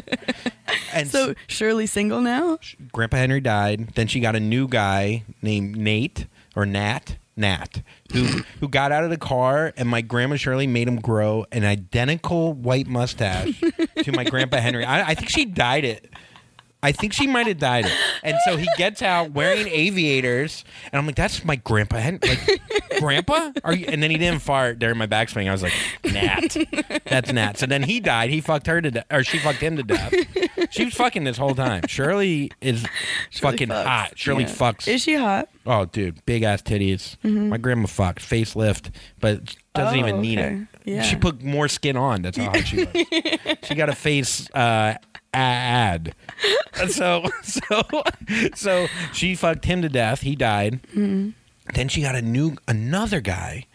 Speaker 2: And
Speaker 3: so Shirley single now?
Speaker 2: Grandpa Henry died. Then she got a new guy named Nate or Nat. Nat, who who got out of the car, and my grandma Shirley made him grow an identical white mustache to my grandpa Henry. I, I think she dyed it I think she might have died. It. And so he gets out wearing aviators, and I'm like, "That's my grandpa." I hadn't- like, grandpa? Are you? And then he didn't fart during my backswing. I was like, "Nat, that's Nat." So then he died. He fucked her to death, or she fucked him to death. She was fucking this whole time. Shirley is
Speaker 3: Shirley
Speaker 2: fucking
Speaker 3: fucks.
Speaker 2: hot. Shirley
Speaker 3: Yeah.
Speaker 2: fucks.
Speaker 3: Is she hot?
Speaker 2: Oh, dude, big ass titties. My grandma fucked, facelift, but doesn't
Speaker 3: Mm-hmm. Oh,
Speaker 2: even need
Speaker 3: okay.
Speaker 2: it.
Speaker 3: Yeah.
Speaker 2: She put more skin on. That's how hot she was. she got a face uh, a- ad. So so so she fucked him to death. He died.
Speaker 3: Mm-hmm.
Speaker 2: Then she got a new another guy.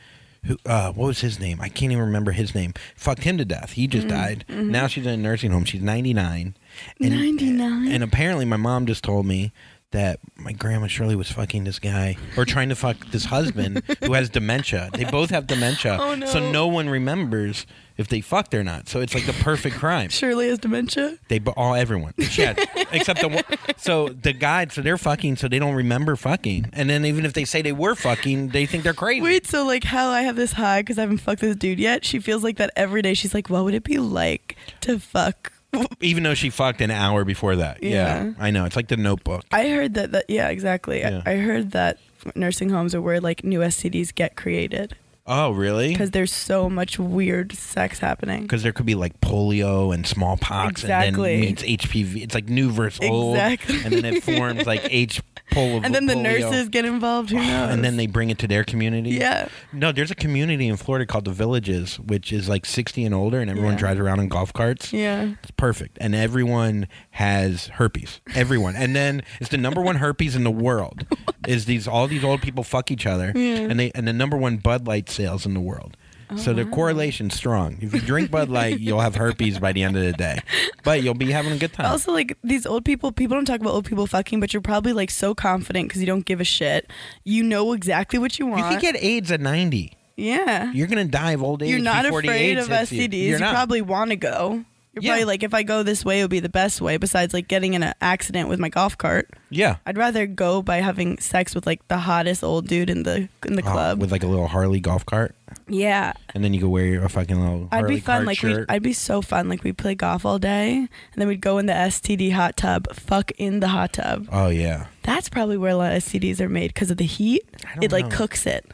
Speaker 2: Who, uh, what was his name? I can't even remember his name. Fucked him to death. He just
Speaker 3: Mm-hmm.
Speaker 2: died. Now she's in a nursing home. She's 99. And- uh,
Speaker 3: 99?
Speaker 2: And apparently, my mom just told me that my grandma Shirley was fucking this guy or trying to fuck this husband who has dementia. They both have dementia.
Speaker 3: Oh, no.
Speaker 2: So no one remembers if they fucked or not. So it's like the perfect crime.
Speaker 3: Shirley has dementia.
Speaker 2: They bo- all everyone shit except the one. So the guy, so they're fucking, so they don't remember fucking. And then even if they say they were fucking, they think they're crazy.
Speaker 3: Wait, so like how I have this high because I haven't fucked this dude yet? She feels like that every day. She's like, what would it be like to fuck?
Speaker 2: Even though she fucked an hour before that. Yeah,
Speaker 3: Yeah.
Speaker 2: I know. It's like the Notebook.
Speaker 3: I heard that. that yeah, exactly. I-
Speaker 2: Yeah.
Speaker 3: I, heard that nursing homes are where like new STDs get created
Speaker 2: Oh, really?
Speaker 3: because there's so much weird sex happening.
Speaker 2: because there could be like polio and smallpox,
Speaker 3: Exactly.
Speaker 2: and then meets HPV. It's like new versus old,
Speaker 3: Exactly.
Speaker 2: and then it forms like H polio.
Speaker 3: And then the
Speaker 2: polio.
Speaker 3: nurses get involved. Who knows?
Speaker 2: And then they bring it to their community.
Speaker 3: Yeah.
Speaker 2: No, there's a community in Florida called the Villages, which is like 60 and older, and everyone
Speaker 3: Yeah.
Speaker 2: drives around in golf carts.
Speaker 3: yeah.
Speaker 2: It's perfect. And everyone has herpes. Everyone. And then it's the number one herpes in the world. Is these all these old people fuck each other
Speaker 3: Yeah.
Speaker 2: and they and the number one Bud Light sales in the world. so
Speaker 3: Oh.
Speaker 2: the correlation's strong. If you drink Bud Light, you'll have herpes by the end of the day. But you'll be having a good time.
Speaker 3: Also, like these old people, people don't talk about old people fucking, but you're probably like so confident because you don't give a shit. You know exactly what you
Speaker 2: you
Speaker 3: want.
Speaker 2: can get AIDS at 90.
Speaker 3: yeah.
Speaker 2: You're going to die of old age
Speaker 3: You're not
Speaker 2: before the
Speaker 3: afraid
Speaker 2: AIDS
Speaker 3: of
Speaker 2: hits you.
Speaker 3: STDs.
Speaker 2: You're
Speaker 3: You
Speaker 2: not.
Speaker 3: probably want to go. You're
Speaker 2: Yeah.
Speaker 3: probably like, if I go this way, it would be the best way. Besides, like getting in an accident with my golf cart,
Speaker 2: Yeah.
Speaker 3: I'd rather go by having sex with like the hottest old dude in the in the
Speaker 2: Oh,
Speaker 3: club.
Speaker 2: with like a little Harley golf cart,
Speaker 3: yeah,
Speaker 2: and then you could wear a fucking little.
Speaker 3: I'd
Speaker 2: Harley
Speaker 3: be fun.
Speaker 2: cart
Speaker 3: Like we,
Speaker 2: shirt.
Speaker 3: I'd be so fun. Like we would play golf all day, and then we'd go in the STD hot tub. Fuck in the hot tub.
Speaker 2: oh yeah,
Speaker 3: That's probably where a lot of STDs are made because of the heat.
Speaker 2: I don't
Speaker 3: It like
Speaker 2: know.
Speaker 3: cooks it.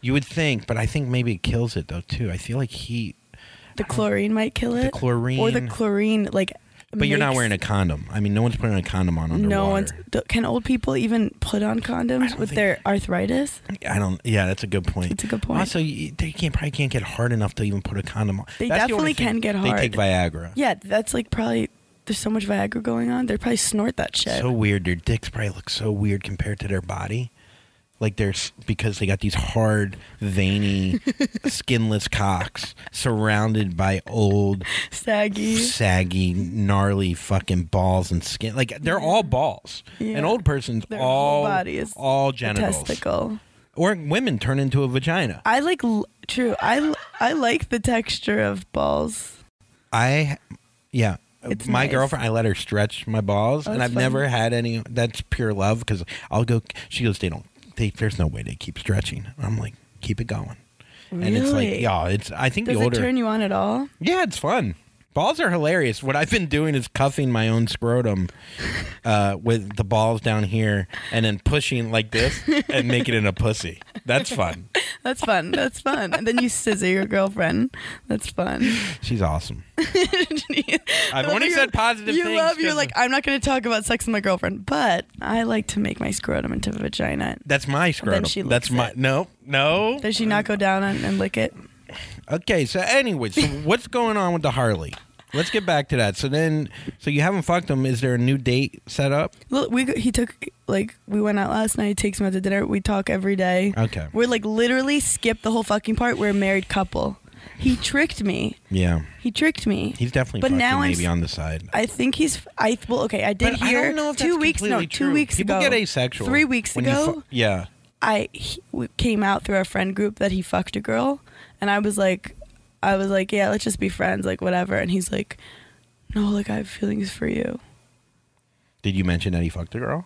Speaker 2: You would think, but I think maybe it kills it though too. I feel like heat,
Speaker 3: The chlorine might kill it. or the
Speaker 2: chlorine.
Speaker 3: chlorine like.
Speaker 2: but you're not
Speaker 3: makes-
Speaker 2: wearing a condom. I mean, no one's putting a condom on underwater.
Speaker 3: No one's. do- Can old people even put on condoms
Speaker 2: don't
Speaker 3: with
Speaker 2: think-
Speaker 3: their arthritis?
Speaker 2: I don't. Yeah, that's a good point.
Speaker 3: It's a good point.
Speaker 2: Also, you, they can't probably can't get hard enough to even put a condom on.
Speaker 3: They
Speaker 2: That's the only
Speaker 3: definitely can
Speaker 2: thing.
Speaker 3: get
Speaker 2: They take Viagra.
Speaker 3: Yeah, that's like probably. There's so much Viagra going on. They probably snort that shit.
Speaker 2: So weird. Their dicks probably look so weird compared to their body. Like they're s- because they got these hard, veiny, skinless cocks surrounded by old
Speaker 3: Saggy.
Speaker 2: saggy, gnarly fucking balls and skin. Like they're all balls.
Speaker 3: Yeah.
Speaker 2: An old person's
Speaker 3: Their
Speaker 2: all
Speaker 3: whole body is
Speaker 2: all
Speaker 3: a
Speaker 2: genitals.
Speaker 3: Testicle.
Speaker 2: Or women turn into a vagina.
Speaker 3: I like. l- True. I l- I like the texture of balls.
Speaker 2: I, yeah.
Speaker 3: It's
Speaker 2: my
Speaker 3: nice.
Speaker 2: girlfriend, I let her stretch my balls,
Speaker 3: Oh,
Speaker 2: and
Speaker 3: that's
Speaker 2: I've
Speaker 3: funny.
Speaker 2: never had any. That's pure love because I'll go. She goes, they don't. They, there's no way they keep stretching. I'm like, keep it going. And it's like,
Speaker 3: Really?
Speaker 2: yeah, it's. I think
Speaker 3: Does
Speaker 2: the
Speaker 3: it
Speaker 2: older,
Speaker 3: turn you on at all?
Speaker 2: yeah, it's fun. Balls are hilarious. What I've been doing is cuffing my own scrotum uh, with the balls down here and then pushing like this and making it a pussy. That's fun.
Speaker 3: That's fun. That's fun. And then you scissor your girlfriend. That's fun.
Speaker 2: She's awesome. I've only
Speaker 3: You're-
Speaker 2: said positive
Speaker 3: you
Speaker 2: things.
Speaker 3: love. You're
Speaker 2: 'cause
Speaker 3: like I'm not going to talk about sex with my girlfriend, but I like to make my scrotum into a vagina.
Speaker 2: that's my scrotum.
Speaker 3: she
Speaker 2: that's
Speaker 3: licks
Speaker 2: my
Speaker 3: it.
Speaker 2: no, no.
Speaker 3: Does she not go down and, and lick it?
Speaker 2: Okay, so anyway, so what's going on with the Harley? Let's get back to that. So then, so you haven't fucked him. Is there a new date set up?
Speaker 3: Look, we he took like we went out last night. He takes me out to dinner. We talk every day.
Speaker 2: Okay.
Speaker 3: We're like literally skip the whole fucking part. We're a married couple. He tricked me.
Speaker 2: Yeah,
Speaker 3: He tricked me.
Speaker 2: he's definitely.
Speaker 3: But
Speaker 2: fucking
Speaker 3: now I'm
Speaker 2: maybe
Speaker 3: s-
Speaker 2: on the side.
Speaker 3: I think he's. I well, okay. I did
Speaker 2: But
Speaker 3: hear
Speaker 2: I don't know if
Speaker 3: two
Speaker 2: that's
Speaker 3: weeks. No,
Speaker 2: completely
Speaker 3: two
Speaker 2: true.
Speaker 3: weeks
Speaker 2: People
Speaker 3: ago.
Speaker 2: get asexual.
Speaker 3: Three weeks
Speaker 2: when you
Speaker 3: ago.
Speaker 2: fu- yeah.
Speaker 3: I he, we came out through our friend group that he fucked a girl, and I was like, I was like, yeah, let's just be friends, like whatever. And he's like, no, like I have feelings for you.
Speaker 2: Did you mention that he fucked a girl?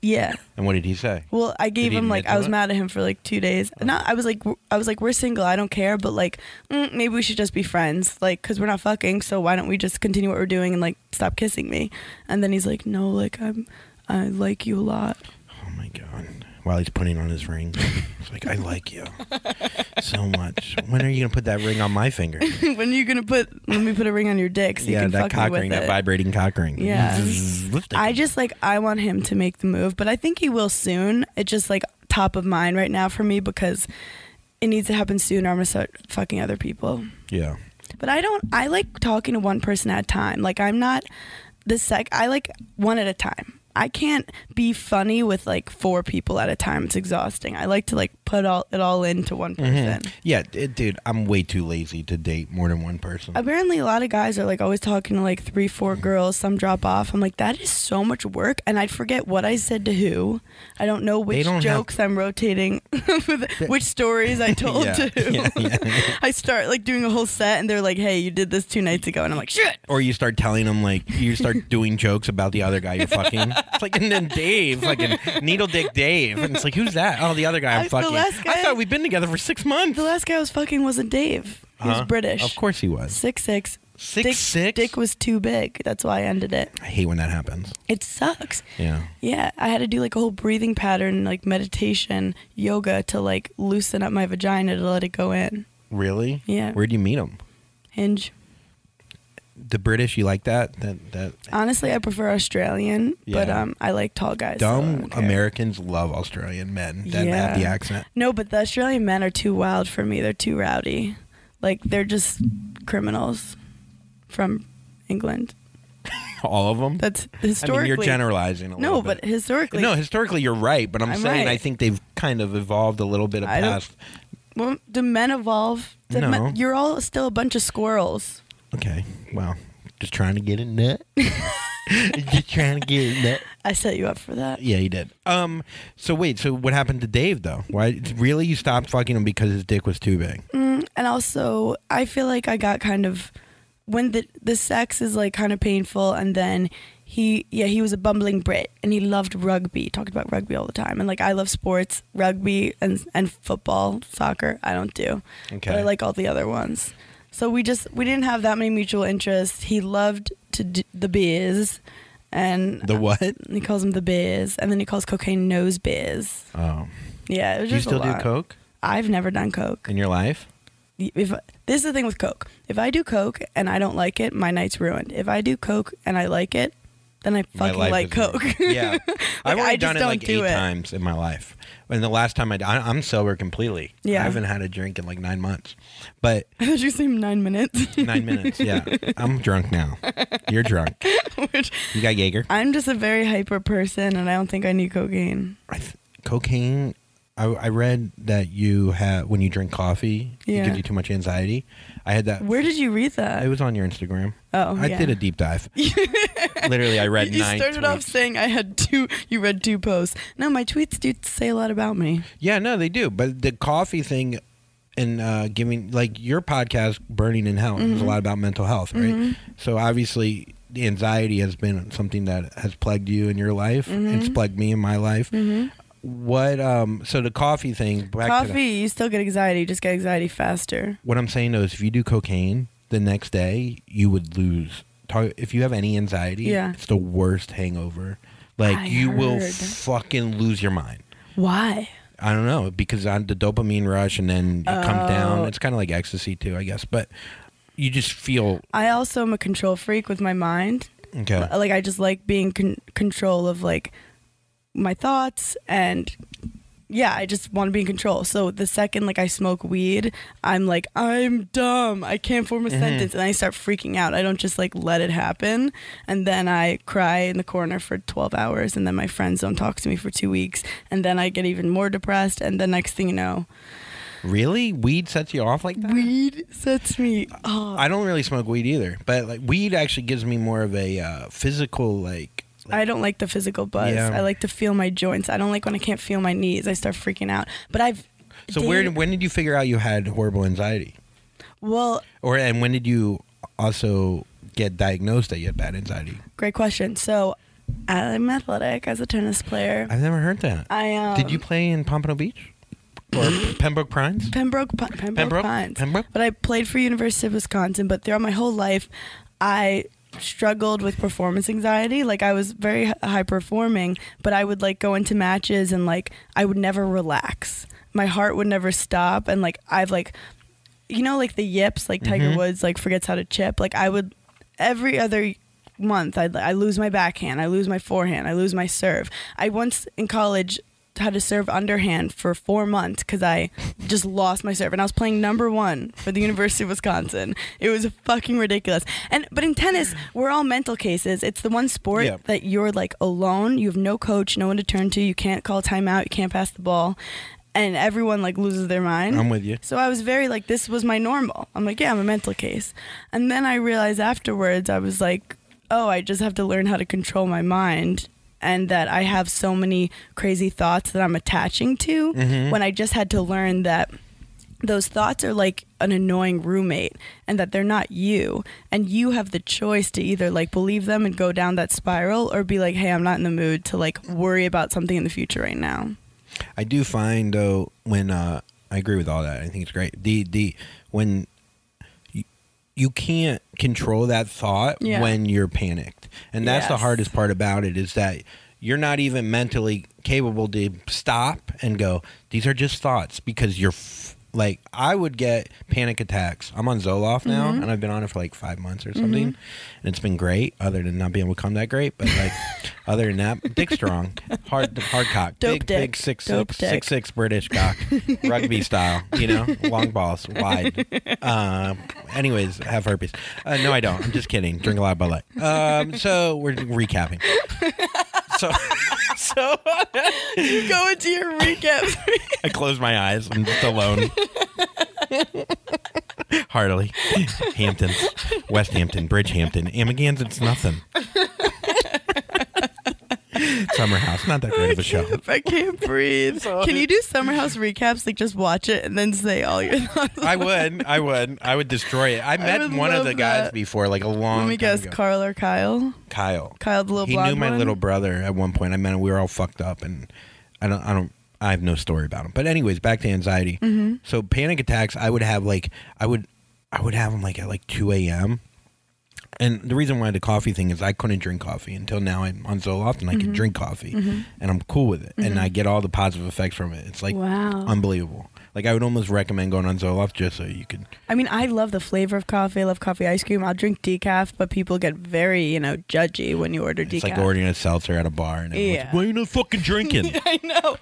Speaker 3: Yeah.
Speaker 2: And what did he say?
Speaker 3: Well, I gave
Speaker 2: he
Speaker 3: him like
Speaker 2: admit to Oh.
Speaker 3: I was
Speaker 2: it?
Speaker 3: mad at him for like two days. No, I was like w- I was like we're single. I don't care, but like mm, maybe we should just be friends, like because we're not fucking. So why don't we just continue what we're doing and like stop kissing me? And then he's like, no, like I'm I like you a lot.
Speaker 2: Oh my god! While he's putting on his ring, he's like, "I like you so much. When are you gonna put that ring on my finger?"
Speaker 3: when are you gonna put let me put a ring on your dick? So you
Speaker 2: yeah,
Speaker 3: can
Speaker 2: that
Speaker 3: fuck
Speaker 2: cock
Speaker 3: me with
Speaker 2: ring,
Speaker 3: it.
Speaker 2: that vibrating cock ring. Mm-hmm.
Speaker 3: Yeah.
Speaker 2: Lift it.
Speaker 3: I just like I want him to make the move, but I think he will soon. It's just like top of mind right now for me because it needs to happen soon or I'm gonna start fucking other people.
Speaker 2: yeah.
Speaker 3: But I don't I like talking to one person at a time. Like I'm not the sec I like one at a time. I can't be funny with like four people at a time. It's exhausting. I like to like put all it all into one
Speaker 2: Mm-hmm.
Speaker 3: person.
Speaker 2: Yeah, d- dude, I'm way too lazy to date more than one person.
Speaker 3: Apparently, a lot of guys are like always talking to like three, four girls. Some drop off. I'm like, that is so much work, and I forget what I said to who. I don't know which
Speaker 2: don't have-
Speaker 3: jokes I'm rotating, with, which stories I told
Speaker 2: Yeah,
Speaker 3: to who.
Speaker 2: yeah, yeah.
Speaker 3: I start like doing a whole set, and they're like, "Hey, you did this two nights ago," and I'm like, "Shit."
Speaker 2: or you start telling them like you start doing jokes about the other guy you're fucking. It's like and then Dave, like needle dick Dave, and it's like who's that? Oh, the other guy I'm
Speaker 3: I- the
Speaker 2: fucking.
Speaker 3: last
Speaker 2: I
Speaker 3: guy-
Speaker 2: thought we've been together for six months.
Speaker 3: The last guy I was fucking wasn't Dave. He was
Speaker 2: Huh?
Speaker 3: British.
Speaker 2: Of course he was.
Speaker 3: Six six.
Speaker 2: Six
Speaker 3: dick,
Speaker 2: six?
Speaker 3: Dick was too big. That's why I ended it.
Speaker 2: I hate when that happens.
Speaker 3: It sucks.
Speaker 2: Yeah.
Speaker 3: Yeah, I had to do like a whole breathing pattern, like meditation, yoga to like loosen up my vagina to let it go in.
Speaker 2: Really?
Speaker 3: Yeah.
Speaker 2: Where'd you meet him?
Speaker 3: Hinge.
Speaker 2: The British. You like that? That that
Speaker 3: Honestly, I prefer Australian, but
Speaker 2: Yeah.
Speaker 3: um, I like tall guys. so I
Speaker 2: dumb
Speaker 3: don't care.
Speaker 2: Americans love Australian men that
Speaker 3: Yeah.
Speaker 2: have the accent.
Speaker 3: No, but the Australian men are too wild for me. They're too rowdy. Like they're just criminals from England.
Speaker 2: All of them.
Speaker 3: That's
Speaker 2: I mean,
Speaker 3: historically.
Speaker 2: you're generalizing. A
Speaker 3: no,
Speaker 2: little bit.
Speaker 3: but historically,
Speaker 2: no, historically you're right, but I'm,
Speaker 3: I'm
Speaker 2: saying I
Speaker 3: right.
Speaker 2: think they've kind of evolved a little bit
Speaker 3: I don't-
Speaker 2: past.
Speaker 3: well, do men evolve? Do
Speaker 2: No.
Speaker 3: men- you're all still a bunch of squirrels.
Speaker 2: Okay, well, just trying to get a nut. just trying to get a nut.
Speaker 3: I set you up for that.
Speaker 2: Yeah, he did. Um, so wait, so what happened to Dave though? Why really you stopped fucking him because his dick was too big?
Speaker 3: and also I feel like I got kind of when the the sex is like kind of painful and then he yeah he was a bumbling Brit and he loved rugby talked about rugby all the time and like I love sports rugby and and football soccer I don't do
Speaker 2: Okay.
Speaker 3: but I like all the other ones so we just we didn't have that many mutual interests he loved to d- the beers and
Speaker 2: The what?
Speaker 3: he calls them the beers and then he calls cocaine nose beers
Speaker 2: Oh,
Speaker 3: yeah it was
Speaker 2: do you
Speaker 3: just
Speaker 2: still
Speaker 3: a
Speaker 2: do
Speaker 3: lot.
Speaker 2: coke
Speaker 3: I've never done coke
Speaker 2: in your life?
Speaker 3: if this is the thing with coke if i do coke and i don't like it my night's ruined if i do coke and i like it then i
Speaker 2: My
Speaker 3: fucking
Speaker 2: life
Speaker 3: like
Speaker 2: is-
Speaker 3: coke
Speaker 2: yeah, I've only
Speaker 3: I just
Speaker 2: done it
Speaker 3: don't
Speaker 2: like
Speaker 3: do
Speaker 2: eight
Speaker 3: it.
Speaker 2: times in my life, and the last time I, I am sober completely.
Speaker 3: Yeah.
Speaker 2: I haven't had a drink in like nine months, but
Speaker 3: did you say nine minutes
Speaker 2: nine minutes. Yeah, I'm drunk now. You're drunk.
Speaker 3: Which-
Speaker 2: You got Jaeger.
Speaker 3: i'm just a very hyper person and i don't think i need cocaine
Speaker 2: I th- cocaine. I, I read that you have when you drink coffee, it
Speaker 3: Yeah.
Speaker 2: gives you too much anxiety. I had that.
Speaker 3: where did you read
Speaker 2: it
Speaker 3: that
Speaker 2: was on your Instagram.
Speaker 3: oh
Speaker 2: I
Speaker 3: yeah.
Speaker 2: did a deep dive. Literally, I read
Speaker 3: you
Speaker 2: nine.
Speaker 3: started off
Speaker 2: tweets.
Speaker 3: saying i had two you read two posts no my tweets do say a lot about me
Speaker 2: Yeah, no, they do. But the coffee thing and uh, giving, like your podcast, Burning in Hell,
Speaker 3: Mm-hmm.
Speaker 2: is a lot about mental health, right? So obviously, the anxiety has been something that has plagued you in your life.
Speaker 3: Mm-hmm.
Speaker 2: It's plagued me in my life. What? Um, so the coffee thing. Back To the,
Speaker 3: coffee you still get anxiety you just get anxiety faster
Speaker 2: what I'm saying though is, if you do cocaine the next day, you would lose. Talk, if you have any anxiety,
Speaker 3: Yeah.
Speaker 2: it's the worst hangover. Like
Speaker 3: I
Speaker 2: you will
Speaker 3: heard.
Speaker 2: fucking lose your mind.
Speaker 3: why
Speaker 2: I don't know because on the dopamine rush and then you come down.
Speaker 3: Oh.
Speaker 2: It's kind of like ecstasy too, I guess. But you just feel
Speaker 3: i also am a control freak with my mind
Speaker 2: okay.
Speaker 3: Uh, like I just like being con- control of like my thoughts and yeah, I just want to be in control. So the second like I smoke weed, I'm like I'm dumb. I can't form a sentence and I start freaking out. I don't just like let it happen and then I cry in the corner for 12 hours and then my friends don't talk to me for 2 weeks and then I get even more depressed and the next thing you know,
Speaker 2: Really, weed sets you off like that.
Speaker 3: weed sets me off.
Speaker 2: I don't really smoke weed either, but like weed actually gives me more of a uh, physical like.
Speaker 3: I don't like the physical buzz.
Speaker 2: Yeah.
Speaker 3: I like to feel my joints. I don't like when I can't feel my knees. I start freaking out. But I've
Speaker 2: So where
Speaker 3: dated-
Speaker 2: when did you figure out you had horrible anxiety,
Speaker 3: Well,
Speaker 2: or and when did you also get diagnosed that you had bad anxiety?
Speaker 3: great question. So I'm athletic as a tennis player.
Speaker 2: I've never heard that.
Speaker 3: I um,
Speaker 2: Did you play in Pompano Beach or Pembroke Pines?
Speaker 3: Pembroke, Pi- Pembroke,
Speaker 2: Pembroke?
Speaker 3: Pines.
Speaker 2: Pembroke?
Speaker 3: But I played for University of Wisconsin. But throughout my whole life, I struggled with performance anxiety. Like I was very h- high performing, but I would like go into matches and like I would never relax. My heart would never stop, and like I've like, you know, like the yips, like
Speaker 2: Mm-hmm.
Speaker 3: Tiger Woods, like forgets how to chip. Like I would every other month I, I lose my backhand i lose my forehand i lose my serve i once in college had to serve underhand for four months because i just lost my serve and i was playing number one for the university of wisconsin it was fucking ridiculous and but in tennis we're all mental cases it's the one sport
Speaker 2: Yeah.
Speaker 3: that you're like alone you have no coach no one to turn to you can't call timeout you can't pass the ball and everyone like loses their mind
Speaker 2: I'm with you.
Speaker 3: so I was very like, this was my normal. I'm like, yeah, I'm a mental case. And then I realized afterwards, I was like, oh, I just have to learn how to control my mind and that I have so many crazy thoughts that I'm attaching to when I just had to learn that those thoughts are like an annoying roommate and that they're not you and you have the choice to either like believe them and go down that spiral or be like hey i'm not in the mood to like worry about something in the future right now
Speaker 2: I do find though when uh, I agree with all that. I think it's great. The the when you, you can't control that thought
Speaker 3: Yeah.
Speaker 2: when you're panicked, and that's the
Speaker 3: Yes.
Speaker 2: hardest part about it is that you're not even mentally capable to stop and go. These are just thoughts because you're. F- like I would get panic attacks. I'm on Zoloft now,
Speaker 3: Mm-hmm.
Speaker 2: and I've been on it for like five months or something, and it's been great. Other than not being able to come that great, but like other than that, dick strong, hard hard cock,
Speaker 3: Dope
Speaker 2: big,
Speaker 3: dick.
Speaker 2: big six
Speaker 3: Dope
Speaker 2: six
Speaker 3: dick.
Speaker 2: six six British cock, rugby style. You know, long balls, wide. Uh, anyways, have herpes. Uh, no, I don't. I'm just kidding. Drink a lot of Bud Light. Um, so we're recapping. So so
Speaker 3: you go into your recap
Speaker 2: I close my eyes. I'm just alone. Heartily, Hamptons, West Hampton, Bridgehampton, Amagansett, nothing. Summer House, not that great of a show.
Speaker 3: I can't breathe. Can you do Summer House recaps? Like just watch it and then say all your thoughts.
Speaker 2: I would. I would. I would destroy it. I met
Speaker 3: would
Speaker 2: one of
Speaker 3: love
Speaker 2: the guys
Speaker 3: that.
Speaker 2: before, like a long
Speaker 3: Let me
Speaker 2: time
Speaker 3: guess,
Speaker 2: ago.
Speaker 3: Carl or Kyle?
Speaker 2: Kyle.
Speaker 3: Kyle, the little
Speaker 2: He
Speaker 3: blonde
Speaker 2: knew my
Speaker 3: one?
Speaker 2: little brother at one point. I met him. We were all fucked up, and I don't. I don't. I have no story about him. But anyways, back to anxiety.
Speaker 3: Mm-hmm.
Speaker 2: So panic attacks. I would have like. I would. I would have them like at like two a.m. And the reason why the coffee thing is I couldn't drink coffee until now. I'm on Zoloft and I
Speaker 3: Mm-hmm.
Speaker 2: can drink coffee, and I'm cool with it, and I get all the positive effects from it. It's like
Speaker 3: Wow.
Speaker 2: unbelievable. Like I would almost recommend going on Zoloft just so you can
Speaker 3: I mean, I love the flavor of coffee. I love coffee ice cream. I'll drink decaf, but people get very, you know, judgy when you order decaf.
Speaker 2: It's like ordering a seltzer at a bar, and everyone's
Speaker 3: Yeah.
Speaker 2: like, why are you not fucking drinking?
Speaker 3: I know.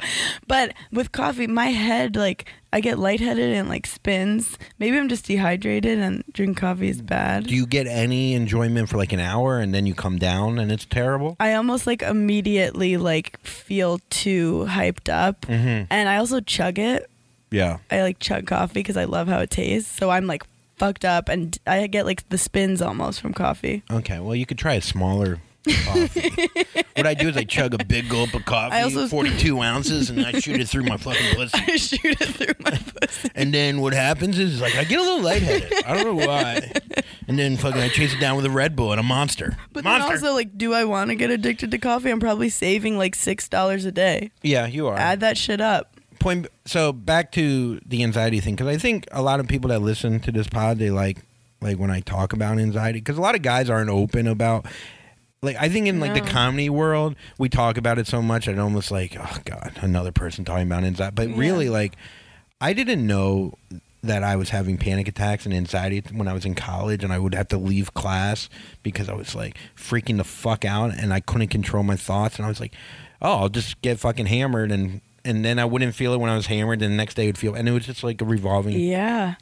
Speaker 3: But with coffee, my head like I get lightheaded and like spins. Maybe I'm just dehydrated and drink coffee is bad.
Speaker 2: Mm. Do you get any enjoyment for like an hour, and then you come down, and it's terrible?
Speaker 3: I almost like immediately like feel too hyped
Speaker 2: Mm.
Speaker 3: up. And I also chug it
Speaker 2: Mm-hmm. Yeah,
Speaker 3: I like chug coffee because I love how it tastes. So I'm like fucked up, and I get like the spins almost from coffee.
Speaker 2: Okay, well, you could try a smaller coffee. what I do is I chug a big gulp of coffee,
Speaker 3: I also-
Speaker 2: 42 ounces, and I shoot it through my fucking pussy.
Speaker 3: I shoot it through my pussy.
Speaker 2: And then what happens is, like, I get a little lightheaded. I don't know why. And then fucking I chase it down with a Red Bull and a monster.
Speaker 3: But then
Speaker 2: monster.
Speaker 3: also, like, do I want to get addicted to coffee? I'm probably saving like six dollars a day.
Speaker 2: yeah, you are.
Speaker 3: Add that shit up.
Speaker 2: point so back to the anxiety thing because i think a lot of people that listen to this pod they like like when i talk about anxiety because a lot of guys aren't open about like i think in like the
Speaker 3: No.
Speaker 2: comedy world we talk about it so much and almost like oh god another person talking about anxiety but
Speaker 3: Yeah.
Speaker 2: really like i didn't know that i was having panic attacks and anxiety when i was in college and i would have to leave class because i was like freaking the fuck out and i couldn't control my thoughts and i was like oh i'll just get fucking hammered and and then i wouldn't feel it when i was hammered and the next day i would feel and it was just like a revolving
Speaker 3: Yeah.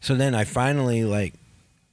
Speaker 2: so then I finally like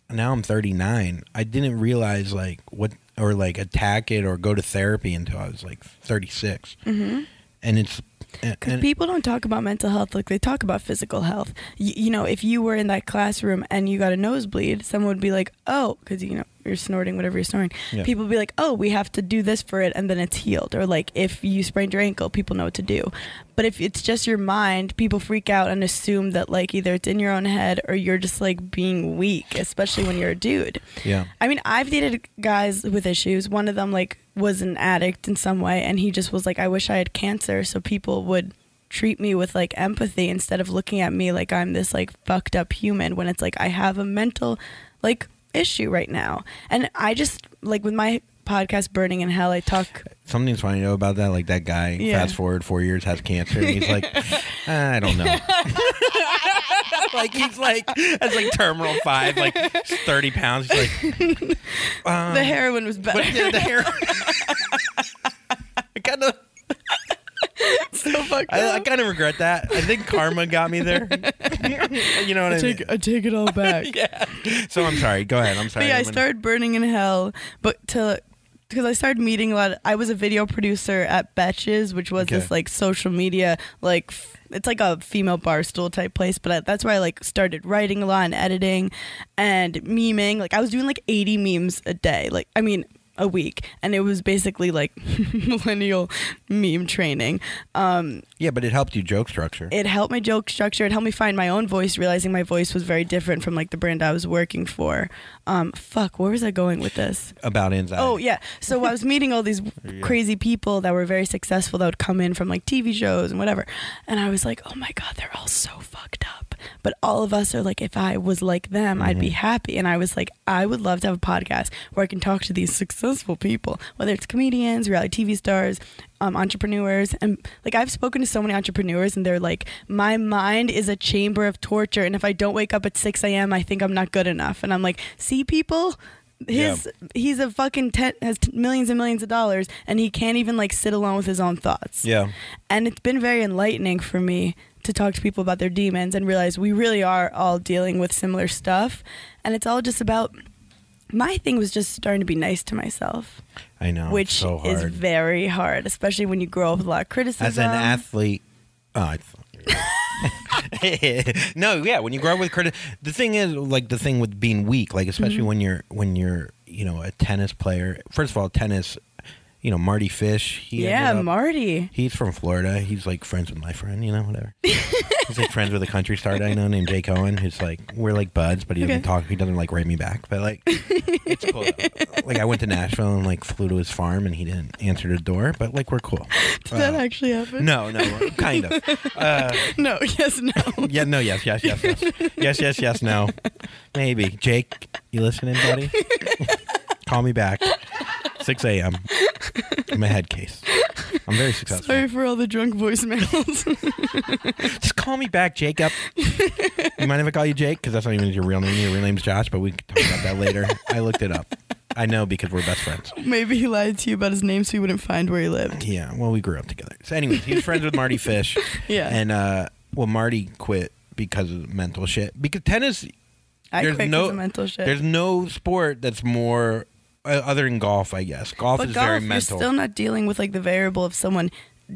Speaker 2: now I'm 39. I didn't realize like what or like attack it or go to therapy until I was like 36. Mm-hmm. And it's and,
Speaker 3: Because
Speaker 2: and-
Speaker 3: people don't talk about mental health like they talk about physical health. Y- you know, if you were in that classroom and you got a nosebleed, someone would be like, "Oh," because you know you're snorting whatever you're snorting,
Speaker 2: Yeah.
Speaker 3: people be like, "Oh, we have to do this for it," and then it's healed. Or like if you sprained your ankle, people know what to do. But if it's just your mind, people freak out and assume that like either it's in your own head or you're just like being weak, especially when you're a dude.
Speaker 2: Yeah.
Speaker 3: I mean, I've dated guys with issues. One of them like was an addict in some way and he just was like I wish I had cancer so people would treat me with like empathy instead of looking at me like I'm this like fucked up human when it's like I have a mental like issue right now. And I just like with my podcast Burning in Hell, I talk
Speaker 2: Something's funny to know about that. Like that guy,
Speaker 3: Yeah.
Speaker 2: fast forward four years, has cancer. And he's like, I don't know. like he's like, that's like terminal five, like thirty pounds. He's like, um,
Speaker 3: the heroin was better.
Speaker 2: but yeah, the hair. I kind of,
Speaker 3: so fucked
Speaker 2: I, I
Speaker 3: up.
Speaker 2: kind of regret that. I think karma got me there. you know what I, mean?
Speaker 3: I take it all back.
Speaker 2: Yeah. So I'm sorry. Go ahead. I'm sorry.
Speaker 3: But yeah, I
Speaker 2: I'm gonna-
Speaker 3: started burning in hell, but to because I started meeting a lot. Of, I was a video producer at Betches, which was
Speaker 2: Okay.
Speaker 3: this like social media like f- it's like a female bar stool type place. But I, that's where I like started writing a lot and editing and memeing. Like I was doing like eighty memes a day. Like I mean a week, and it was basically like millennial meme training.
Speaker 2: Yeah, but it helped you joke structure.
Speaker 3: It helped my joke structure. It helped me find my own voice, realizing my voice was very different from like the brand I was working for. Um, fuck, where was I going with this?
Speaker 2: about anxiety.
Speaker 3: Oh yeah. So I was meeting all these crazy people that were very successful that would come in from like TV shows and whatever, and I was like, oh my god, they're all so fucked up. But all of us are like, if I was like them, I'd be happy. And I was like, I would love to have a podcast where I can talk to these successful people, whether it's comedians, reality TV stars, um, entrepreneurs, and like I've spoken to so many entrepreneurs, and they're like, my mind is a chamber of torture, and if I don't wake up at six a.m., I think I'm not good enough. And I'm like, see, people. His
Speaker 2: Yeah.
Speaker 3: he's a fucking ten, has t- millions and millions of dollars and he can't even like sit alone with his own thoughts
Speaker 2: Yeah.
Speaker 3: and it's been very enlightening for me to talk to people about their demons and realize we really are all dealing with similar stuff and it's all just about my thing was just starting to be nice to myself
Speaker 2: I know. it's
Speaker 3: which
Speaker 2: Oh, so hard.
Speaker 3: is very hard especially when you grow up with a lot of criticism
Speaker 2: as an athlete. Oh, I th- no, yeah. When you grow up with credit, the thing is like the thing with being weak, like especially
Speaker 3: Mm-hmm.
Speaker 2: when you're when you're you know a tennis player. First of all, tennis. You know Marty Fish. He
Speaker 3: yeah
Speaker 2: ended up-
Speaker 3: marty
Speaker 2: He's from Florida. He's like friends with my friend, you know, whatever. He's like friends with a country star that I know named Jay Cohen, who's like we're like buds, but he doesn't
Speaker 3: Okay.
Speaker 2: talk. He doesn't like write me back, but like it's cool. though. like I went to Nashville and like flew to his farm, and he didn't answer the door, but like we're cool.
Speaker 3: did that
Speaker 2: Uh,
Speaker 3: actually happen
Speaker 2: no, no, kind of. Uh,
Speaker 3: no yes no
Speaker 2: yeah, no, yes, yes, yes, yes, yes, yes, yes, no, maybe. Jake, you listening, buddy? Call me back. 6 a.m. I'm a head case. I'm very successful.
Speaker 3: sorry for all the drunk voicemails
Speaker 2: Just call me back, Jacob. you mind if I call you Jake? Because that's not even your real name. Your real name's Josh, but we can talk about that later. I looked it up. I know because we're best friends.
Speaker 3: maybe he lied to you about his name so he wouldn't find where he lived
Speaker 2: Yeah, well, we grew up together. So, anyways, he was friends with Marty Fish.
Speaker 3: Yeah.
Speaker 2: And, uh, well, Marty quit because of mental shit. Because tennis,
Speaker 3: I
Speaker 2: there's
Speaker 3: quit 'cause
Speaker 2: no
Speaker 3: of mental shit.
Speaker 2: There's no sport that's more, uh, other than golf, I guess. Golf
Speaker 3: but
Speaker 2: is
Speaker 3: golf,
Speaker 2: very
Speaker 3: you're
Speaker 2: mental.
Speaker 3: still not dealing with like the variable of someone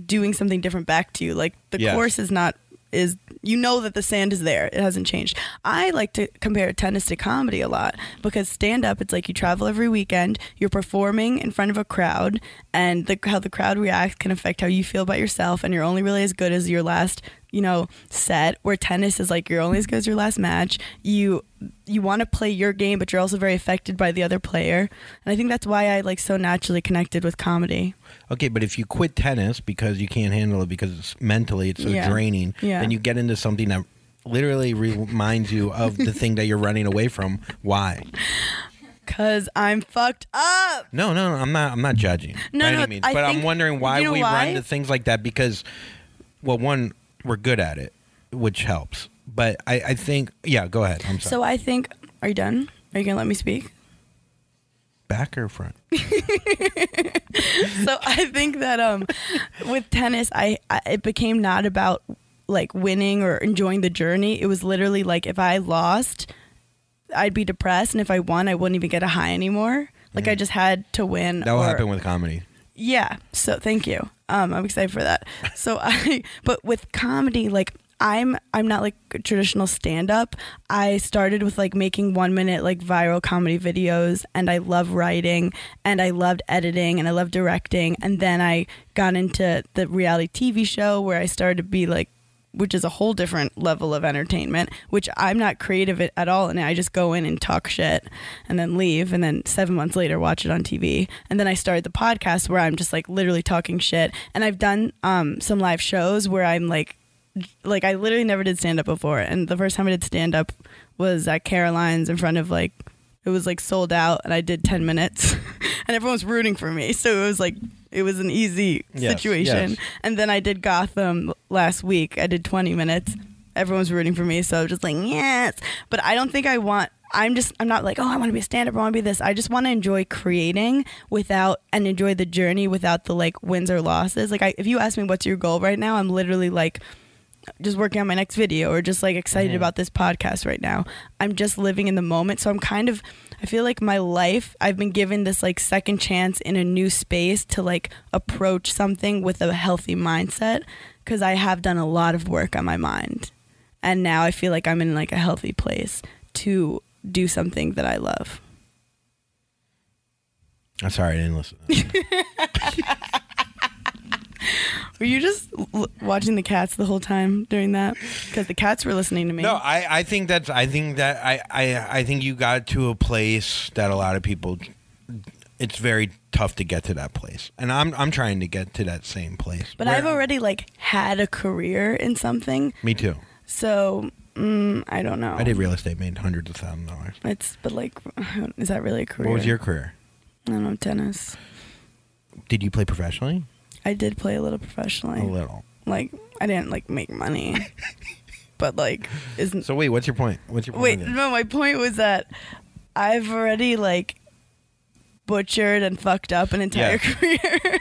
Speaker 3: doing something different back to you. Like the
Speaker 2: Yes.
Speaker 3: course is not is you know that the sand is there. It hasn't changed. I like to compare tennis to comedy a lot because stand up it's like you travel every weekend, you're performing in front of a crowd and the how the crowd reacts can affect how you feel about yourself and you're only really as good as your last, you know, set where tennis is like you're only as good as your last match. You you want to play your game but you're also very affected by the other player. And I think that's why I like so naturally connected with comedy.
Speaker 2: Okay, but if you quit tennis because you can't handle it because it's mentally it's so
Speaker 3: Yeah.
Speaker 2: draining,
Speaker 3: Yeah.
Speaker 2: then you get into something that literally reminds you of the thing that you're running away from. Why?
Speaker 3: Cause I'm fucked up.
Speaker 2: No, no, no I'm not. I'm not judging
Speaker 3: No,
Speaker 2: by
Speaker 3: no,
Speaker 2: any means.
Speaker 3: I
Speaker 2: but I'm
Speaker 3: think-
Speaker 2: wondering why
Speaker 3: you know
Speaker 2: we
Speaker 3: why?
Speaker 2: run to things like that because, well, one, we're good at it, which helps. But I, I think, yeah, go ahead. I'm sorry.
Speaker 3: So I think, are you done? Are you gonna let me speak?
Speaker 2: Back or front?
Speaker 3: so I think that um, with tennis, I, I it became not about like winning or enjoying the journey. It was literally like if I lost, I'd be depressed, and if I won, I wouldn't even get a high anymore. Like I just had to win.
Speaker 2: Mm. That will
Speaker 3: or-
Speaker 2: happen with comedy.
Speaker 3: yeah. So thank you. Um, I'm excited for that. So I, but with comedy, like I'm I'm not like a traditional stand up. I started with like making 1 minute like viral comedy videos and I love writing and I loved editing and I loved directing and then I got into the reality TV show where I started to be like which is a whole different level of entertainment, which I'm not creative at- at all. And I just go in and talk shit and then leave. And then seven months later, watch it on TV. And then I started the podcast where I'm just like literally talking shit. And I've done um, some live shows where I'm like, like I literally never did stand up before. And the first time I did stand up was at Caroline's in front of like, it was like sold out. And I did 10 minutes and everyone was rooting for me. So it was like, it was an easy
Speaker 2: Yes,
Speaker 3: situation.
Speaker 2: yes.
Speaker 3: And then I did Gotham last week. I did 20 minutes. Everyone's rooting for me, so I was just like, yes. But I don't think I want. I'm just. I'm not like, oh, I want to be a stand-up. I want to be this. I just want to enjoy creating without and enjoy the journey without the like wins or losses. Like, I, if you ask me what's your goal right now, I'm literally like just working on my next video or just like excited about this podcast right now. I'm just living in the moment. So I'm kind of, I feel like my life, I've been given this like second chance in a new space to like approach something with a healthy mindset because I have done a lot of work on my mind. And now I feel like I'm in like a healthy place to do something that I love.
Speaker 2: I'm sorry, I didn't listen.
Speaker 3: Were you just l- watching the cats the whole time during that? Because the cats were listening to me.
Speaker 2: No, I, I think that's I think that I, I I think you got to a place that a lot of people it's very tough to get to that place. And I'm I'm trying to get to that same place.
Speaker 3: but
Speaker 2: Where-
Speaker 3: I've already like had a career in something
Speaker 2: Me too.
Speaker 3: So mm, I don't know.
Speaker 2: I did real estate, made hundreds of thousands of dollars.
Speaker 3: It's but like, is that really a career?
Speaker 2: What was your career?
Speaker 3: I don't know tennis.
Speaker 2: Did you play professionally?
Speaker 3: I did play a little professionally.
Speaker 2: A little.
Speaker 3: Like I didn't like make money, but like isn't.
Speaker 2: So wait, what's your point? What's your point?
Speaker 3: wait,
Speaker 2: again?
Speaker 3: no. My point was that I've already like butchered and fucked up an entire
Speaker 2: Yeah.
Speaker 3: career.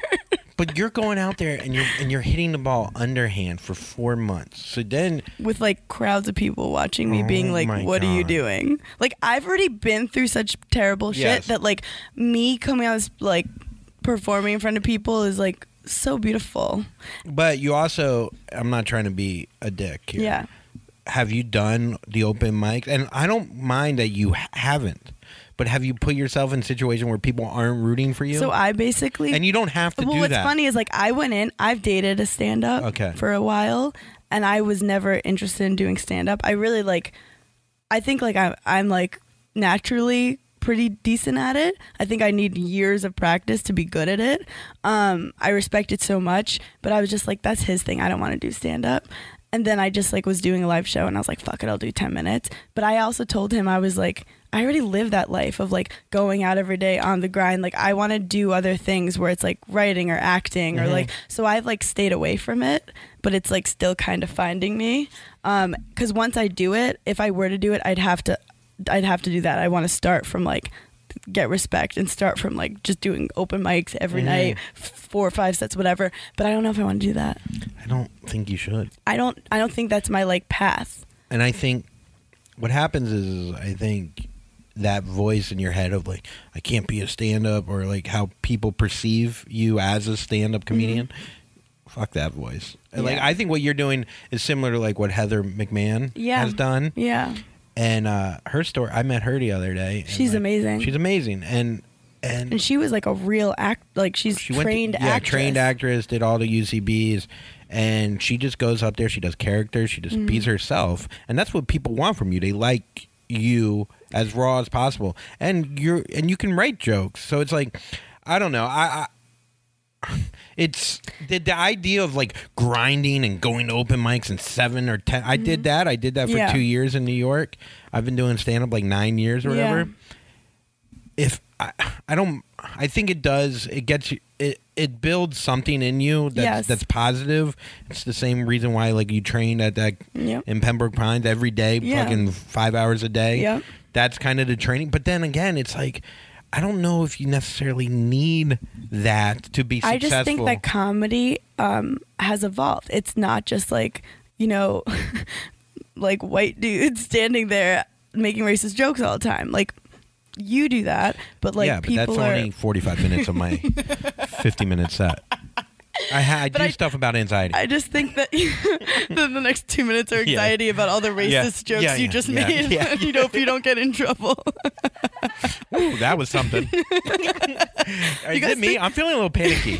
Speaker 2: But you're going out there and you're and you're hitting the ball underhand for four months. So then
Speaker 3: with like crowds of people watching me
Speaker 2: Oh
Speaker 3: being like
Speaker 2: my
Speaker 3: what are you
Speaker 2: God.
Speaker 3: doing like i've already been through such terrible shit
Speaker 2: Yes.
Speaker 3: that like me coming out as like performing in front of people is like so beautiful
Speaker 2: but you also I'm not trying to be a dick here.
Speaker 3: yeah
Speaker 2: have you done the open mic? And I don't mind that you ha- haven't, but have you put yourself in a situation where people aren't rooting for you?
Speaker 3: so i basically
Speaker 2: and you don't have to
Speaker 3: well
Speaker 2: do
Speaker 3: what's
Speaker 2: that.
Speaker 3: funny is like i went in i've dated a stand-up
Speaker 2: Okay.
Speaker 3: for a while and i was never interested in doing stand-up i really like i think like i'm, I'm like naturally pretty decent at it i think i need years of practice to be good at it um, i respect it so much but i was just like that's his thing i don't want to do stand-up and then i just like was doing a live show and i was like fuck it i'll do 10 minutes but i also told him i was like i already live that life of like going out every day on the grind like i want to do other things where it's like writing or acting or like so i've like stayed away from it but it's like still kind of finding me because once i do it if i were to do it i'd have to i'd have to do that i want to start from like get respect and start from like just doing open mics every
Speaker 2: Mm-hmm.
Speaker 3: night f- four or five sets whatever but i don't know if i want to do that
Speaker 2: I don't think you should.
Speaker 3: i don't i don't think that's my like path
Speaker 2: And I think what happens is, is I think that voice in your head of like I can't be a stand up or like how people perceive you as a stand up comedian. Fuck that voice. And Like
Speaker 3: Mm-hmm. Yeah.
Speaker 2: I think what you're doing is similar to like what Heather McMahon
Speaker 3: Yeah.
Speaker 2: has done.
Speaker 3: yeah
Speaker 2: and uh, her story. I met her the other day. and,
Speaker 3: She's amazing.
Speaker 2: She's amazing, and and,
Speaker 3: and she was like a real act like she's
Speaker 2: she went to-
Speaker 3: trained
Speaker 2: yeah,
Speaker 3: actress.
Speaker 2: trained actress. Did all the UCBs, and she just goes up there. She does characters. She just
Speaker 3: Mm-hmm.
Speaker 2: bees herself, and that's what people want from you. They like you as raw as possible, and you're and you can write jokes. So it's like, I don't know, I. I it's the, the idea of like grinding and going to open mics and seven or ten. I did that. I did that for
Speaker 3: Mm-hmm. Yeah.
Speaker 2: two years in New York. I've been doing stand up like nine years or
Speaker 3: Yeah.
Speaker 2: whatever. If I, I don't, I think it does. It gets you. It it builds something in you that's
Speaker 3: Yes.
Speaker 2: that's positive. It's the same reason why like you trained at that
Speaker 3: Yep.
Speaker 2: in Pembroke Pines every day,
Speaker 3: Yeah.
Speaker 2: fucking five hours a day.
Speaker 3: Yep.
Speaker 2: That's kind of the training. But then again, it's like. I don't know if you necessarily need that to be
Speaker 3: I
Speaker 2: successful.
Speaker 3: just think that comedy um, has evolved. It's not just like you know, like white dudes standing there making racist jokes all the time. Like you do that, but like
Speaker 2: yeah, but
Speaker 3: people
Speaker 2: that's
Speaker 3: are.
Speaker 2: only 45 minutes of my 50 minute set. I, ha- I do
Speaker 3: I-
Speaker 2: stuff about anxiety.
Speaker 3: I just think that the, the next two minutes are
Speaker 2: Yeah.
Speaker 3: anxiety about all the racist
Speaker 2: Yeah.
Speaker 3: jokes
Speaker 2: Yeah,
Speaker 3: you
Speaker 2: yeah,
Speaker 3: just
Speaker 2: yeah,
Speaker 3: made.
Speaker 2: yeah.
Speaker 3: and you hope you don't get in trouble.
Speaker 2: Ooh, that was something. Is
Speaker 3: guys
Speaker 2: it me?
Speaker 3: think-
Speaker 2: I'm feeling a little panicky.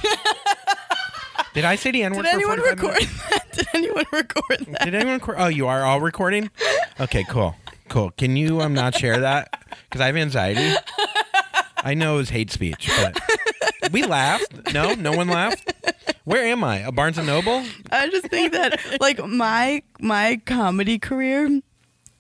Speaker 2: Did I say the N word?
Speaker 3: Did
Speaker 2: for
Speaker 3: anyone
Speaker 2: 45
Speaker 3: record
Speaker 2: minutes?
Speaker 3: that? Did anyone record that?
Speaker 2: Did anyone? Record? Oh, you are all recording. Okay, cool, cool. Can you um not share that? Because I have anxiety. I know it was hate speech, but we laughed. No, no one laughed. Where am I? A Barnes and Noble?
Speaker 3: I just think that like my my comedy career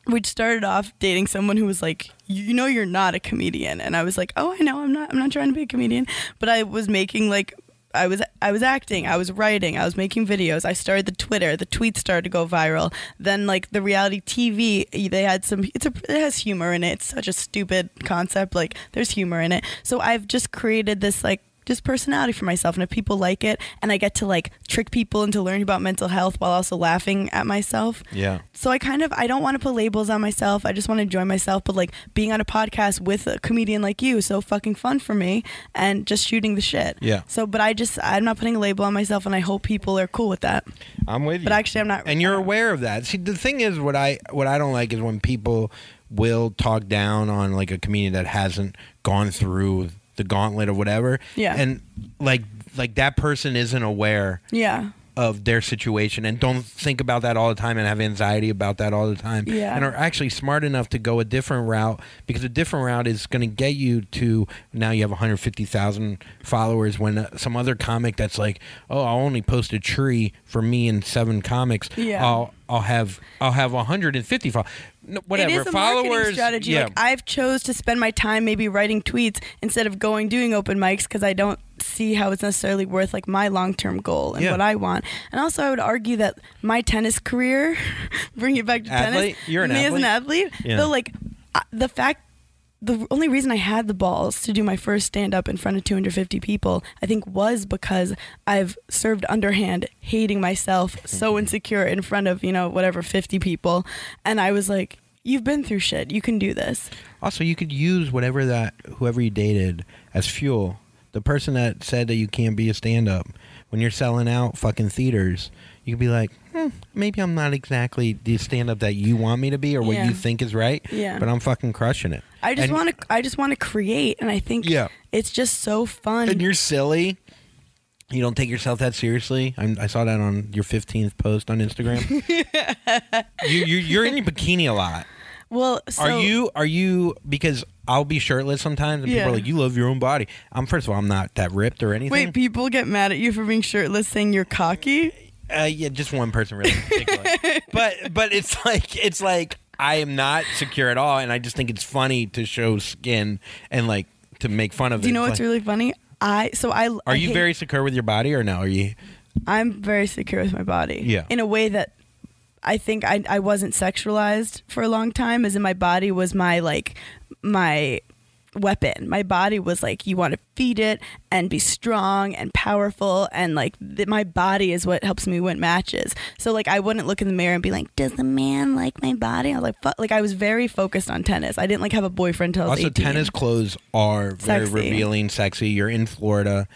Speaker 3: which started off dating someone who was like you know you're not a comedian and I was like oh I know I'm not I'm not trying to be a comedian but I was making like I was I was acting, I was writing, I was making videos. I started the Twitter, the tweets started to go viral. Then like the reality TV, they had some it's a it has humor in it. It's such a stupid concept like there's humor in it. So I've just created this like just personality for myself and if people like it and I get to like trick people into learning about mental health while also laughing at myself.
Speaker 2: Yeah.
Speaker 3: So I kind of I don't want to put labels on myself. I just want to enjoy myself. But like being on a podcast with a comedian like you, is so fucking fun for me, and just shooting the shit.
Speaker 2: Yeah.
Speaker 3: So, but I just I'm not putting a label on myself, and I hope people are cool with that.
Speaker 2: I'm with you.
Speaker 3: But actually, I'm not.
Speaker 2: and you're aware of that. See, the thing is, what I what I don't like is when people will talk down on like a comedian that hasn't gone through the gauntlet or whatever.
Speaker 3: Yeah.
Speaker 2: and like like that person isn't aware
Speaker 3: Yeah.
Speaker 2: of their situation and don't think about that all the time and have anxiety about that all the time
Speaker 3: Yeah.
Speaker 2: and are actually smart enough to go a different route because a different route is going to get you to now you have 150,000 followers when uh, some other comic that's like oh I'll only post a tree for me and seven comics
Speaker 3: Yeah.
Speaker 2: I'll I'll have I'll have 150 followers no, whatever
Speaker 3: It is a
Speaker 2: followers
Speaker 3: marketing strategy.
Speaker 2: yeah
Speaker 3: Like I've chose to spend my time maybe writing tweets instead of going doing open mics because I don't see how it's necessarily worth like my long term goal and
Speaker 2: Yeah.
Speaker 3: what I want. And also, I would argue that my tennis career, bring it back to
Speaker 2: Athlete?
Speaker 3: tennis,
Speaker 2: You're an
Speaker 3: me as an athlete,
Speaker 2: Yeah.
Speaker 3: though, like I- the fact. The only reason I had the balls to do my first stand up in front of 250 people, I think, was because I've served underhand, hating myself,
Speaker 2: Mm-hmm.
Speaker 3: so insecure in front of, you know, whatever, 50 people. And I was like, you've been through shit. You can do this.
Speaker 2: Also, you could use whatever that whoever you dated as fuel. The person that said that you can't be a stand up, when you're selling out fucking theaters, you could be like, hmm, maybe I'm not exactly the stand up that you want me to be or what
Speaker 3: Yeah.
Speaker 2: you think is right,
Speaker 3: Yeah.
Speaker 2: but I'm fucking crushing it.
Speaker 3: I just
Speaker 2: And-
Speaker 3: want to. I just want to create, and I think
Speaker 2: Yeah.
Speaker 3: it's just so fun.
Speaker 2: and you're silly. You don't take yourself that seriously. I'm, I saw that on your 15th post on Instagram. you, you, you're in your bikini a lot.
Speaker 3: well, so,
Speaker 2: are you are you because I'll be shirtless sometimes and people
Speaker 3: Yeah.
Speaker 2: are like you love your own body. I'm first of all I'm not that ripped or anything.
Speaker 3: Wait, people get mad at you for being shirtless, saying you're cocky.
Speaker 2: uh, yeah, just one person really. in particular. but but it's like it's like I am not secure at all and I just think it's funny to show skin and like to make fun of
Speaker 3: Do
Speaker 2: it.
Speaker 3: you know
Speaker 2: It's
Speaker 3: what's
Speaker 2: like,
Speaker 3: really funny? I so I. I
Speaker 2: Are you
Speaker 3: hate-
Speaker 2: very secure with your body or no? Are you
Speaker 3: I'm very secure with my body.
Speaker 2: Yeah.
Speaker 3: In a way that I think I I wasn't sexualized for a long time, as in my body was my like my weapon. My body was like you want to feed it and be strong and powerful and like th- my body is what helps me win matches. So like I wouldn't look in the mirror and be like, does the man like my body? I was like, fuck. Like I was very focused on tennis. I didn't like have a boyfriend till I was
Speaker 2: Also
Speaker 3: 18.
Speaker 2: tennis clothes are very
Speaker 3: Sexy.
Speaker 2: revealing, sexy. You're in Florida.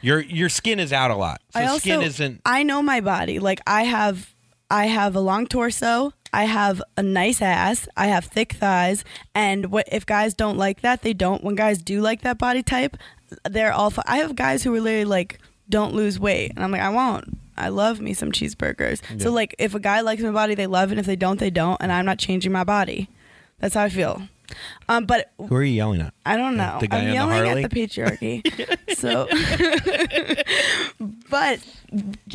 Speaker 2: Your your skin is out a lot. So
Speaker 3: I also,
Speaker 2: skin isn't
Speaker 3: I know my body. Like I have, I have a long torso. I have a nice ass. I have thick thighs. And what if guys don't like that? They don't. When guys do like that body type, they're all. fi- I have guys who are literally like, "Don't lose weight," and I'm like, "I won't." I love me some cheeseburgers. So like, if a guy likes my body, they love it. If they don't, they don't. And I'm not changing my body. That's how I feel. Um, but
Speaker 2: Who are you yelling at?
Speaker 3: I don't know.
Speaker 2: the guy on
Speaker 3: I'm
Speaker 2: the
Speaker 3: yelling
Speaker 2: Harley?
Speaker 3: at the patriarchy. so, but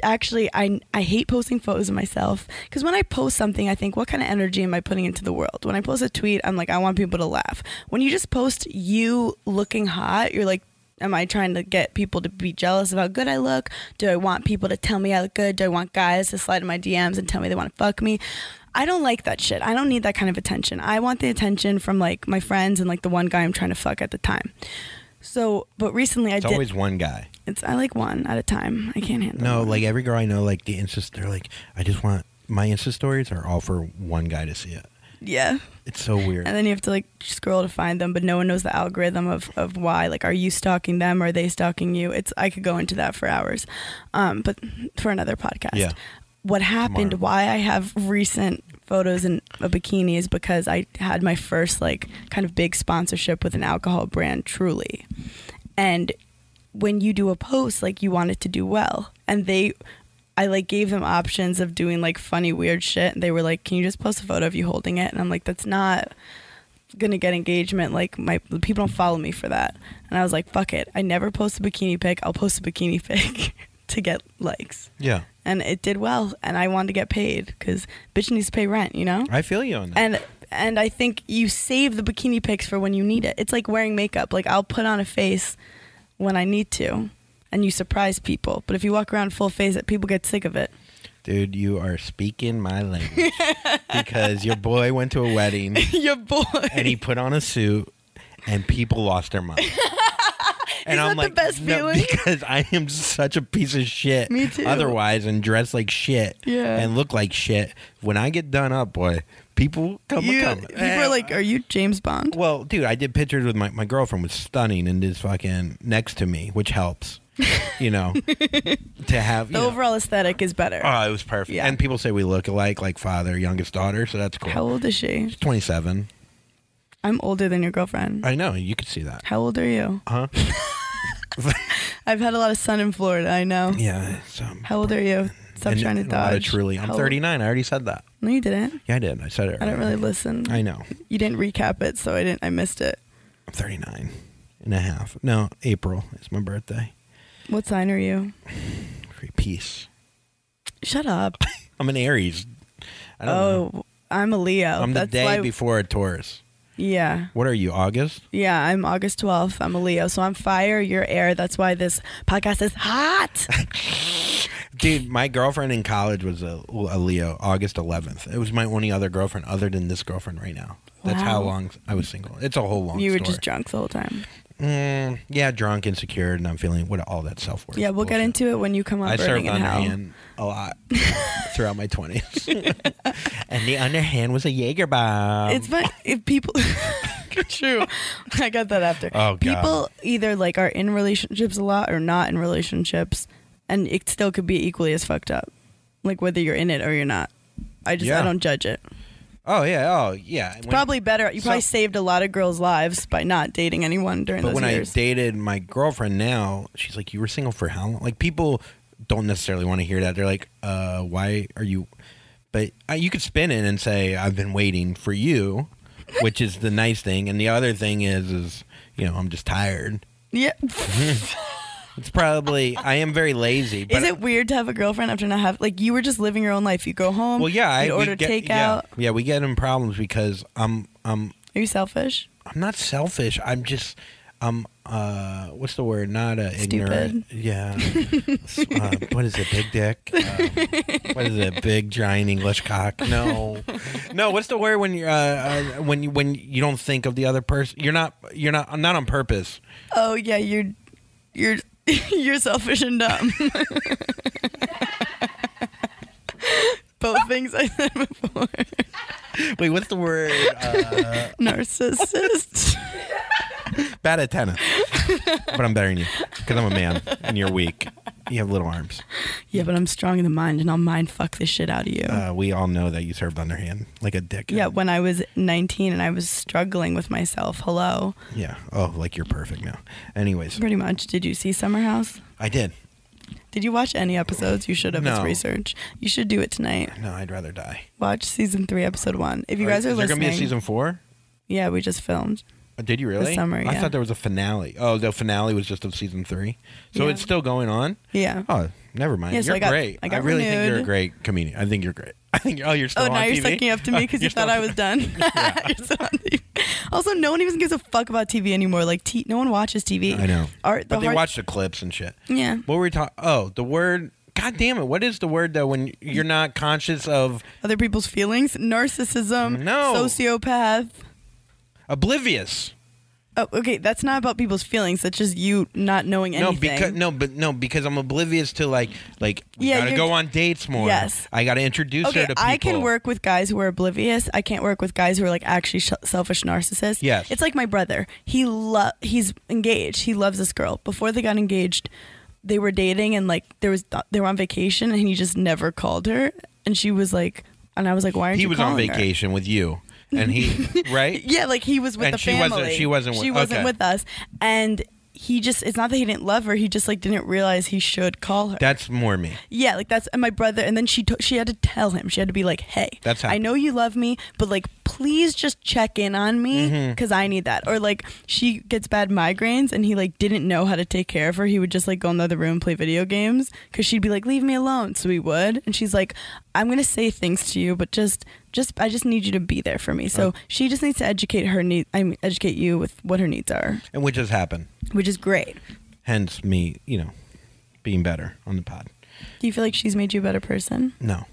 Speaker 3: actually, I I hate posting photos of myself because when I post something, I think, what kind of energy am I putting into the world? When I post a tweet, I'm like, I want people to laugh. When you just post you looking hot, you're like. Am I trying to get people to be jealous of how good I look? Do I want people to tell me I look good? Do I want guys to slide in my DMs and tell me they want to fuck me? I don't like that shit. I don't need that kind of attention. I want the attention from like my friends and like the one guy I'm trying to fuck at the time. So, but recently I
Speaker 2: It's
Speaker 3: did.
Speaker 2: always one guy.
Speaker 3: it's I like one at a time. I can't handle.
Speaker 2: No,
Speaker 3: one.
Speaker 2: like every girl I know, like the Insta, they're like, I just want my Insta stories are all for one guy to see it.
Speaker 3: yeah.
Speaker 2: It's so weird.
Speaker 3: And then you have to like scroll to find them, but no one knows the algorithm of, of why. Like, are you stalking them? Are they stalking you? It's I could go into that for hours, um, but for another podcast.
Speaker 2: Yeah.
Speaker 3: What happened?
Speaker 2: Tomorrow.
Speaker 3: Why I have recent photos in a bikini is because I had my first like kind of big sponsorship with an alcohol brand, Truly, and when you do a post, like you want it to do well, and they. I like gave them options of doing like funny weird shit and they were like, "Can you just post a photo of you holding it?" And I'm like, "That's not gonna get engagement. Like my people don't follow me for that. And I was like, fuck it. I never post a bikini pic. I'll post a bikini pic to get likes.
Speaker 2: yeah.
Speaker 3: And it did well. And I wanted to get paid because bitch needs to pay rent, you know.
Speaker 2: I feel you on that.
Speaker 3: And and I think you save the bikini pics for when you need it. It's like wearing makeup. Like I'll put on a face when I need to. And you surprise people, but if you walk around full face, it people get sick of it.
Speaker 2: Dude, you are speaking my language because your boy went to a wedding
Speaker 3: Your boy.
Speaker 2: and he put on a suit and people lost their mind. And
Speaker 3: Isn't
Speaker 2: I'm
Speaker 3: that the
Speaker 2: like,
Speaker 3: best
Speaker 2: no,
Speaker 3: feeling?
Speaker 2: because I am such a piece of shit.
Speaker 3: Me too.
Speaker 2: Otherwise, and dress like shit.
Speaker 3: Yeah.
Speaker 2: And look like shit. When I get done up, boy, people come.
Speaker 3: You,
Speaker 2: come.
Speaker 3: people are like, "Are you James Bond?"
Speaker 2: Well, dude, I did pictures with my, my girlfriend was stunning and is fucking next to me, which helps, you know, to have you
Speaker 3: The
Speaker 2: know.
Speaker 3: overall aesthetic is better.
Speaker 2: Oh, it was perfect.
Speaker 3: Yeah.
Speaker 2: And people say we look alike, like father, youngest daughter, so that's cool.
Speaker 3: How old is she?
Speaker 2: Twenty seven.
Speaker 3: I'm older than your girlfriend.
Speaker 2: I know you could see that.
Speaker 3: How old are you?
Speaker 2: Huh?
Speaker 3: I've had a lot of sun in Florida. I know.
Speaker 2: yeah. So I'm-
Speaker 3: How old are you? Stop
Speaker 2: and-
Speaker 3: trying to
Speaker 2: and a lot of
Speaker 3: dodge.
Speaker 2: Truly,
Speaker 3: How
Speaker 2: I'm
Speaker 3: old-
Speaker 2: thirty nine. I already said that.
Speaker 3: No, you didn't.
Speaker 2: Yeah, I did. I said it.
Speaker 3: I don't
Speaker 2: already.
Speaker 3: really listen.
Speaker 2: I know.
Speaker 3: You didn't recap it, so I didn't. I missed it.
Speaker 2: I'm 39 and a half. No, April is my birthday.
Speaker 3: What sign are you?
Speaker 2: Free peace.
Speaker 3: Shut up.
Speaker 2: I'm an Aries. I don't know.
Speaker 3: Oh, I'm a Leo.
Speaker 2: I'm the
Speaker 3: Oh, That's
Speaker 2: day
Speaker 3: why-
Speaker 2: before a Taurus.
Speaker 3: Yeah.
Speaker 2: What are you, August?
Speaker 3: Yeah, I'm August 12th. I'm a Leo. So I'm fire, you're air. That's why this podcast is hot.
Speaker 2: Dude, my girlfriend in college was a, a Leo, August 11th. It was my only other girlfriend other than this girlfriend right now. That's how
Speaker 3: Wow.
Speaker 2: long I was single. It's a whole long
Speaker 3: you were
Speaker 2: story.
Speaker 3: just drunk the whole time.
Speaker 2: Mm, yeah, drunk, insecure, and I'm feeling what all that self worth.
Speaker 3: Yeah, we'll get into it when you come on
Speaker 2: I
Speaker 3: burning
Speaker 2: served
Speaker 3: in hell.
Speaker 2: underhand a lot throughout my 20s. and the underhand was a Jaeger bomb.
Speaker 3: it's fun if people true i got that after
Speaker 2: Oh, God.
Speaker 3: people either like are in relationships a lot or not in relationships and it still could be equally as fucked up like whether you're in it or you're not i just
Speaker 2: Yeah.
Speaker 3: i don't judge it
Speaker 2: Oh yeah, oh yeah. When-
Speaker 3: probably better you probably
Speaker 2: So-
Speaker 3: saved a lot of girls lives by not dating anyone during
Speaker 2: But
Speaker 3: those
Speaker 2: when
Speaker 3: years
Speaker 2: I dated my girlfriend now, she's like, "You were single for how long?" Like people don't necessarily want to hear that. They're like, "Uh, why are you?" But uh, you could spin it and say, "I've been waiting for you," which is the nice thing. And the other thing is, is you know, I'm just tired.
Speaker 3: yeah
Speaker 2: It's probably I am very lazy. But
Speaker 3: is it weird to have a girlfriend after not have like you were just living your own life you go home
Speaker 2: Well, yeah, I
Speaker 3: you
Speaker 2: we
Speaker 3: order
Speaker 2: get-
Speaker 3: takeout
Speaker 2: Yeah, yeah, we get in problems because I'm I'm
Speaker 3: are you selfish
Speaker 2: I'm not selfish. I'm just I'm uh what's the word? Not uh,
Speaker 3: Stupid.
Speaker 2: ignorant. Yeah. S- uh, what is it? Big dick. Um, what is it? Big giant English cock. No. No. What's the word when you uh, uh, when you when you don't think of the other person? You're not you're not not on purpose.
Speaker 3: oh yeah you're you're you're selfish and dumb both things i said before
Speaker 2: Wait, what's the word? Uh,
Speaker 3: narcissist
Speaker 2: bad at tennis. but I'm better than you because I'm a man and you're weak. You have little arms.
Speaker 3: yeah but i'm strong in the mind and i'll mind fuck the shit out of you
Speaker 2: Uh, we all know that you served underhand like a dick.
Speaker 3: yeah when i was 19 and i was struggling with myself hello
Speaker 2: Yeah. Oh, like you're perfect now. Anyways,
Speaker 3: pretty much did you see summer house
Speaker 2: I did.
Speaker 3: did you watch any episodes you should have it's
Speaker 2: No.
Speaker 3: research you should do it tonight
Speaker 2: No, I'd rather die.
Speaker 3: watch season 3 episode 1 if you guys are,
Speaker 2: is there
Speaker 3: listening
Speaker 2: gonna be a season four?
Speaker 3: yeah we just filmed
Speaker 2: Uh, Did you really?
Speaker 3: summer,
Speaker 2: I
Speaker 3: yeah.
Speaker 2: thought there was a finale. Oh, the finale was just of season three. So
Speaker 3: Yeah.
Speaker 2: it's still going on.
Speaker 3: yeah
Speaker 2: Oh, never mind.
Speaker 3: Yeah, so
Speaker 2: you're
Speaker 3: I got-
Speaker 2: great.
Speaker 3: I got
Speaker 2: really think you're a
Speaker 3: renewed.
Speaker 2: great comedian. I think you're great. I think. Oh, you're still
Speaker 3: Oh,
Speaker 2: on
Speaker 3: now you're
Speaker 2: TV?
Speaker 3: sucking up to me because
Speaker 2: You're
Speaker 3: you
Speaker 2: still
Speaker 3: thought I was done. You're still on TV. Also, no one even gives a fuck about TV anymore. Like, t- no one watches TV.
Speaker 2: I know.
Speaker 3: Art, the
Speaker 2: but they
Speaker 3: hard-
Speaker 2: watch the clips and shit.
Speaker 3: Yeah.
Speaker 2: What were we talking? Oh, the word. God damn it! What is the word though when you're not conscious of
Speaker 3: other people's feelings, narcissism,
Speaker 2: No.
Speaker 3: sociopath.
Speaker 2: oblivious?
Speaker 3: Oh, okay. That's not about people's feelings. That's just you not knowing anything.
Speaker 2: No, because no, but no, because I'm oblivious to like like we
Speaker 3: Yeah,
Speaker 2: gotta
Speaker 3: you're
Speaker 2: go
Speaker 3: ju-
Speaker 2: on dates more.
Speaker 3: Yes.
Speaker 2: I gotta introduce her
Speaker 3: okay,
Speaker 2: to people.
Speaker 3: I can work with guys who are oblivious. I can't work with guys who are like actually sh- selfish narcissists.
Speaker 2: Yes.
Speaker 3: it's like my brother. He lo- he's engaged. He loves this girl. Before they got engaged, they were dating and like there was they were on vacation and he just never called her. And she was like, and I was like, why aren't
Speaker 2: He
Speaker 3: you
Speaker 2: was on
Speaker 3: calling her?
Speaker 2: vacation with you, and he right.
Speaker 3: Yeah, like he was with
Speaker 2: And
Speaker 3: the
Speaker 2: she
Speaker 3: family.
Speaker 2: wasn't- she wasn't with-
Speaker 3: She wasn't
Speaker 2: okay.
Speaker 3: with us, and he just—it's not that he didn't love her. He just like didn't realize he should call her.
Speaker 2: That's more me.
Speaker 3: Yeah, like that's and my brother. And then she to, she had to tell him. She had to be like, "Hey,
Speaker 2: That's
Speaker 3: I know you love me, but like, please just check in on me
Speaker 2: Mm-hmm.
Speaker 3: because I need that." Or like, she gets bad migraines, and he like didn't know how to take care of her. He would just like go in the other room and play video games because she'd be like, "Leave me alone." So he would, and she's like, "I'm gonna say things to you, but just." Just I just need you to be there for me.
Speaker 2: Oh.
Speaker 3: So she just needs to educate her need. I mean, educate you with what her needs are,
Speaker 2: And which has happened.
Speaker 3: which is great.
Speaker 2: Hence me, you know, being better on the pod.
Speaker 3: Do you feel like she's made you a better person?
Speaker 2: No.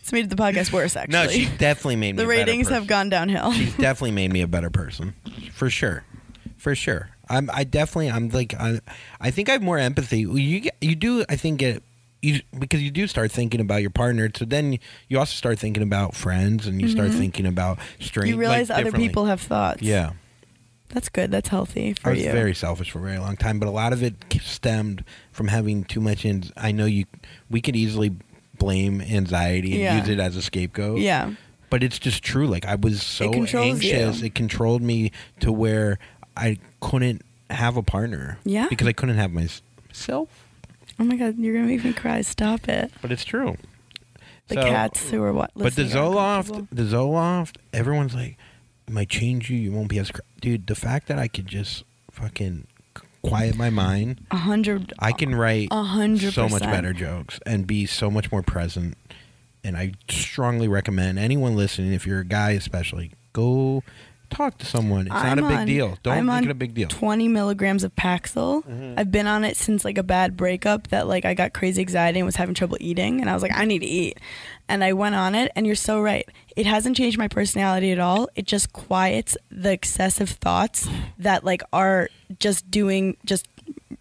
Speaker 3: It's made the podcast worse. Actually,
Speaker 2: No, she definitely made me
Speaker 3: the
Speaker 2: a better
Speaker 3: ratings have
Speaker 2: person.
Speaker 3: gone downhill.
Speaker 2: She's definitely made me a better person, for sure, for sure. I'm. I definitely. I'm like. I. I think I have more empathy. You. get- You do. I think get. You, because you do start thinking about your partner, so then you also start thinking about friends, and you start thinking about strangers.
Speaker 3: Mm-hmm. you realize other people have thoughts.
Speaker 2: Yeah,
Speaker 3: that's good. That's healthy for
Speaker 2: I was
Speaker 3: you.
Speaker 2: very selfish for a very long time, but a lot of it stemmed from having too much. And I know you. We could easily blame anxiety and
Speaker 3: Yeah.
Speaker 2: use it as a scapegoat.
Speaker 3: yeah,
Speaker 2: but it's just true. Like I was so
Speaker 3: controls you.
Speaker 2: anxious, it controlled me to where I couldn't have a partner.
Speaker 3: Yeah.
Speaker 2: because I couldn't have mys- myself.
Speaker 3: oh my god, you're gonna make me cry. Stop it.
Speaker 2: But it's true.
Speaker 3: The
Speaker 2: So-
Speaker 3: cats who are what?
Speaker 2: But the
Speaker 3: listening are
Speaker 2: Zoloft,
Speaker 3: uncomfortable.
Speaker 2: the Zoloft, everyone's like, it might change you. You won't be as cr-. dude. The fact that I could just fucking c- quiet my mind,
Speaker 3: a hundred.
Speaker 2: I can write
Speaker 3: A hundred
Speaker 2: so much
Speaker 3: percent.
Speaker 2: better jokes and be so much more present. And I strongly recommend anyone listening, if you're a guy especially, go talk to someone. It's
Speaker 3: I'm
Speaker 2: not a big
Speaker 3: on-
Speaker 2: deal. Don't
Speaker 3: I'm
Speaker 2: make
Speaker 3: on
Speaker 2: it a big deal.
Speaker 3: Twenty milligrams of Paxil. I've been on it since like a bad breakup that like I got crazy anxiety and was having trouble eating, and I was like, I need to eat, and I went on it. And you're so right. It hasn't changed my personality at all. It just quiets the excessive thoughts that like are just doing just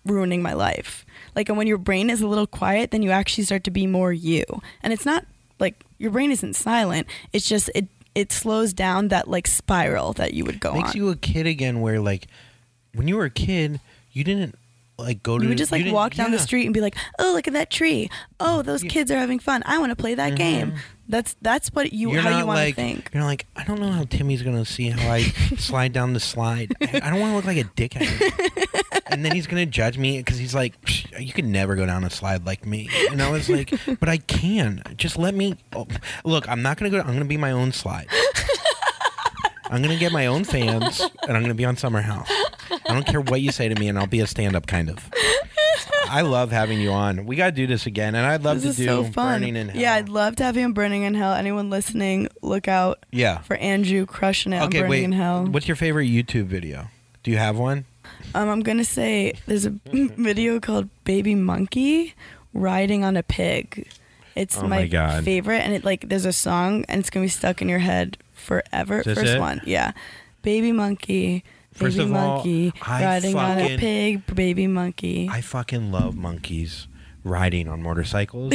Speaker 3: ruining my life. Like, and when your brain is a little quiet, then you actually start to be more you. And it's not like your brain isn't silent. It's just it. It slows down that like spiral that you would go on.
Speaker 2: Makes you a kid again, where like when you were a kid, you didn't like go to.
Speaker 3: You would just
Speaker 2: you
Speaker 3: like
Speaker 2: didn't-
Speaker 3: walk down
Speaker 2: yeah.
Speaker 3: the
Speaker 2: Mm-hmm.
Speaker 3: street and be like, "Oh, look at that tree! Oh, those kids are having fun! I want to play that game." That's that's what you
Speaker 2: You're
Speaker 3: how you
Speaker 2: not
Speaker 3: want to
Speaker 2: like,
Speaker 3: think.
Speaker 2: You're like, I don't know how Timmy's gonna see how I slide down the slide. I, I don't want to look like a dickhead. and then he's gonna judge me because he's like, "Psh, you can never go down a slide like me. And I was like, but I can. Just let me. oh, look, I'm not gonna go. I'm gonna be my own slide. I'm gonna get my own fans, and I'm gonna be on Summer House. I don't care what you say to me, and I'll be a stand-up kind of. I love having you on. We gotta do this again, and I'd love
Speaker 3: This is
Speaker 2: to do
Speaker 3: so fun.
Speaker 2: Burning in Hell.
Speaker 3: Yeah, I'd love to have you on Burning in Hell. Anyone listening, look out
Speaker 2: yeah.
Speaker 3: for Andrew crushing it on
Speaker 2: Okay,
Speaker 3: Burning
Speaker 2: wait.
Speaker 3: in Hell.
Speaker 2: What's your favorite YouTube video? Do you have one?
Speaker 3: Um, I'm gonna say there's a video called "Baby Monkey Riding on a Pig." It's
Speaker 2: Oh
Speaker 3: my,
Speaker 2: my God.
Speaker 3: favorite, and it like there's a song, and it's gonna be stuck in your head forever.
Speaker 2: Is this
Speaker 3: First
Speaker 2: it?
Speaker 3: one, yeah. Baby monkey,
Speaker 2: First
Speaker 3: baby
Speaker 2: of all,
Speaker 3: monkey
Speaker 2: I
Speaker 3: riding on a
Speaker 2: fucking-
Speaker 3: pig, baby monkey.
Speaker 2: I fucking love monkeys riding on motorcycles.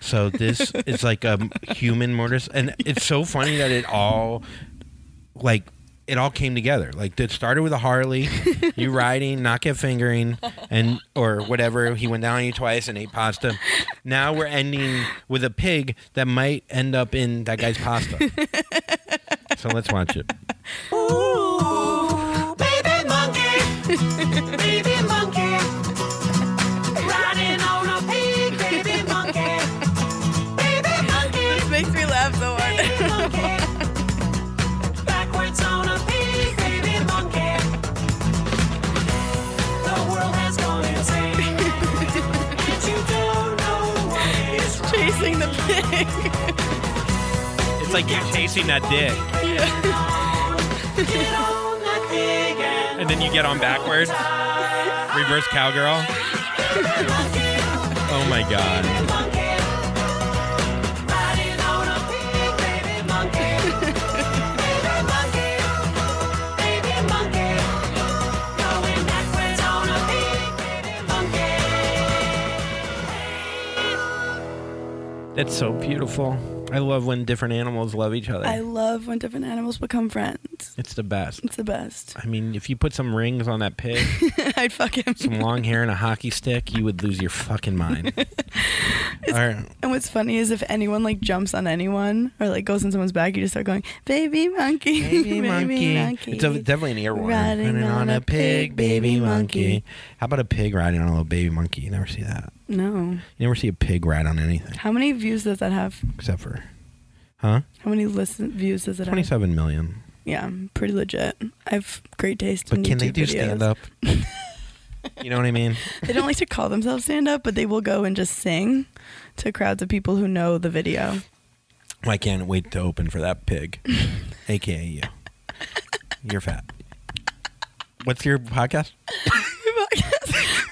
Speaker 2: so this is like a m- human motorcycle, and it's so funny that it all like it all came together. Like it started with a Harley, you riding, not get fingering, and or whatever. He went down on you twice and ate pasta. Now we're ending with a pig that might end up in that guy's pasta. so let's watch it.
Speaker 4: Ooh, baby monkey, baby monkey, riding on a pig, baby monkey, baby monkey,
Speaker 3: this makes me laugh so hard.
Speaker 4: baby monkey, backwards on a pig, baby monkey. The world has gone insane, and you don't know what is right.
Speaker 3: Chasing the pig.
Speaker 2: It's like you're chasing that dick,
Speaker 4: Get on that pig and
Speaker 2: and then you get on backwards, reverse cowgirl. Oh my god!
Speaker 4: monkey, riding on a pig, baby monkey. Baby monkey,
Speaker 2: That's so beautiful. I love when different animals love each other.
Speaker 3: I love when different animals become friends.
Speaker 2: it's the best.
Speaker 3: It's the best.
Speaker 2: I mean, if you put some rings on that pig,
Speaker 3: I'd fuck him.
Speaker 2: some long hair, and a hockey stick, you would lose your fucking mind. All right.
Speaker 3: And what's funny is if anyone like jumps on anyone or like goes in someone's back, you just start going, "Baby monkey,
Speaker 2: Baby monkey. It's a, definitely an earworm.
Speaker 3: Riding on a pig, baby monkey.
Speaker 2: How about a pig riding on a little baby monkey? You never see that.
Speaker 3: no.
Speaker 2: You never see a pig ride on anything
Speaker 3: How many views does that have?
Speaker 2: except for, huh?
Speaker 3: How many listen views does it have?
Speaker 2: Twenty-seven million.
Speaker 3: Yeah, pretty legit. I have great taste.
Speaker 2: But
Speaker 3: in
Speaker 2: can they
Speaker 3: YouTube
Speaker 2: do
Speaker 3: videos.
Speaker 2: stand up? you know what I mean?
Speaker 3: They don't like to call themselves stand up, but they will go and just sing to crowds of people who know the video.
Speaker 2: I can't wait to open for that pig, aka you. You're fat. What's your podcast?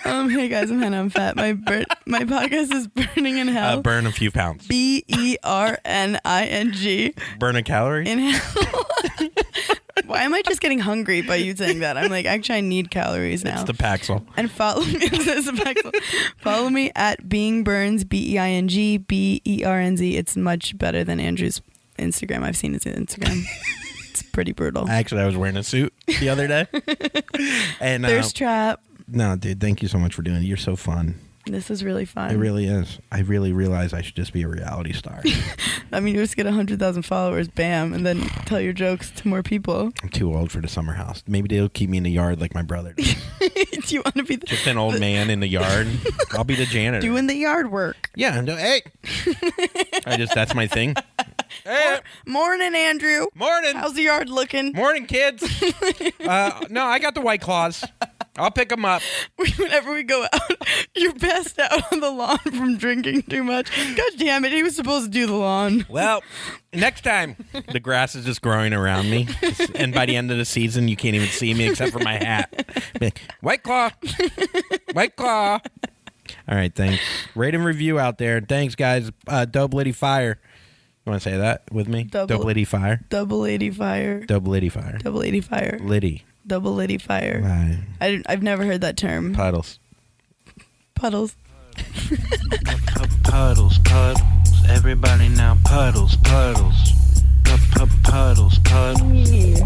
Speaker 3: um, hey guys, I'm Hannah. I'm fat. My bur- my podcast is burning in
Speaker 2: Uh,
Speaker 3: hell.
Speaker 2: burn a few pounds.
Speaker 3: B e r n i n g
Speaker 2: Burn a calorie.
Speaker 3: in hell. Why am I just getting hungry by you saying that? I'm like, actually, I need calories now.
Speaker 2: it's the Paxil.
Speaker 3: and follow me. this is excellent. follow me at Being Burns B E I N G B E R N Z. It's much better than Andrew's Instagram. I've seen his Instagram. it's pretty brutal.
Speaker 2: Actually, I was wearing a suit the other day. and uh,
Speaker 3: Thirst trap.
Speaker 2: no, dude, thank you so much for doing it. You're so fun.
Speaker 3: This is really fun.
Speaker 2: It really is. I really realize I should just be a reality star.
Speaker 3: I mean, you just get hundred thousand followers, bam, and then tell your jokes to more people.
Speaker 2: I'm too old for the summer house. Maybe they'll keep me in the yard like my brother. does.
Speaker 3: Do you want to be the,
Speaker 2: just an old man in the yard. I'll be the janitor.
Speaker 3: doing the yard work?
Speaker 2: yeah, I'm doing. Hey, I just that's my thing. Hey,
Speaker 3: Morning, Andrew.
Speaker 2: morning.
Speaker 3: How's the yard looking?
Speaker 2: Morning, kids. uh, no, I got the white claws. I'll pick them up.
Speaker 3: Whenever we go out, you're passed out on the lawn from drinking too much. God damn it, he was supposed to do the lawn.
Speaker 2: Well, next time the grass is just growing around me, and by the end of the season, you can't even see me except for my hat. Be like, White claw, white claw. All right, thanks. Rate and review out there. Thanks, guys. Uh, Dope Liddy Fire. You want to say that with me?
Speaker 3: Double-
Speaker 2: Dope Liddy Fire.
Speaker 3: Double eighty fire.
Speaker 2: Dope Liddy Fire.
Speaker 3: Double eighty fire.
Speaker 2: Liddy.
Speaker 3: Double eighty fire.
Speaker 2: Uh,
Speaker 3: I didn't, I've never heard that term.
Speaker 2: puddles.
Speaker 3: Puddles.
Speaker 5: Pu- Puddles, puddles, everybody now puddles, puddles. Pu- pu- Puddles, puddles.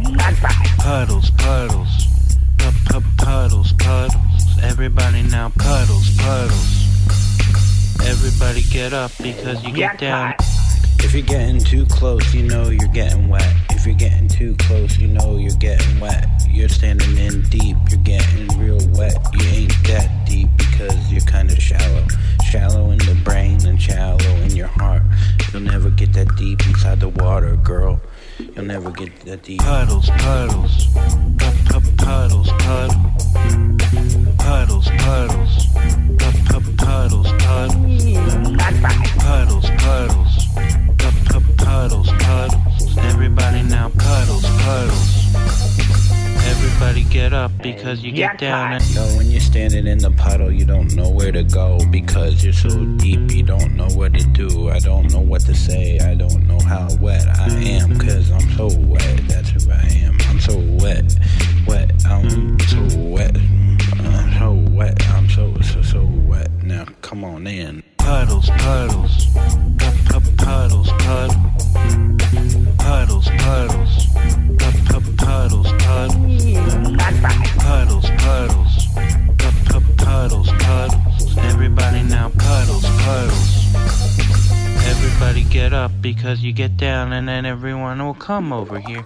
Speaker 5: Puddles, puddles. Pu- pu- Puddles, puddles. Everybody now puddles, puddles. Everybody get up because you get down.
Speaker 6: If you're getting too close, you know you're getting wet. If you're getting too close, you know you're getting wet. You're standing in deep, you're getting real wet. You ain't that deep because you're kind of shallow. Shallow in the brain and shallow in your heart. You'll never get that deep inside the water, girl. You'll never get that deep.
Speaker 5: Puddles, puddles. Pu- pu- Puddles, puddles. Puddles, puddles. Pu- pu- Puddles, puddles. Puddles, puddles. Pu- pu- Puddles, puddles. Everybody now puddles, puddles. Everybody get up because you get down and
Speaker 6: Yo, when you're standing in the puddle, you don't know where to go because you're so deep, you don't know what to do. I don't know what to say, I don't know how wet I am because I'm so wet. That's who I am. I'm so wet, wet, I'm so wet, I'm so wet, I'm so, so, so wet. Now, come on in.
Speaker 5: puddles, puddles. Pu- pu- Puddles, puddles. Puddles, puddles. Pu- pu- Puddles, puddles. puddles, puddles, P-p-p- puddles, puddles. Everybody now puddles, puddles. Everybody get up because you get down, and then everyone will come over here.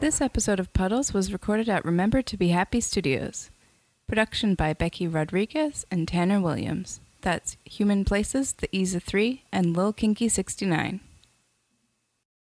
Speaker 7: This episode of Puddles was recorded at Remember to Be Happy Studios. Production by Becky Rodriguez and Tanner Williams. That's Human Places, The Ease of Three, and Lil Kinky 69.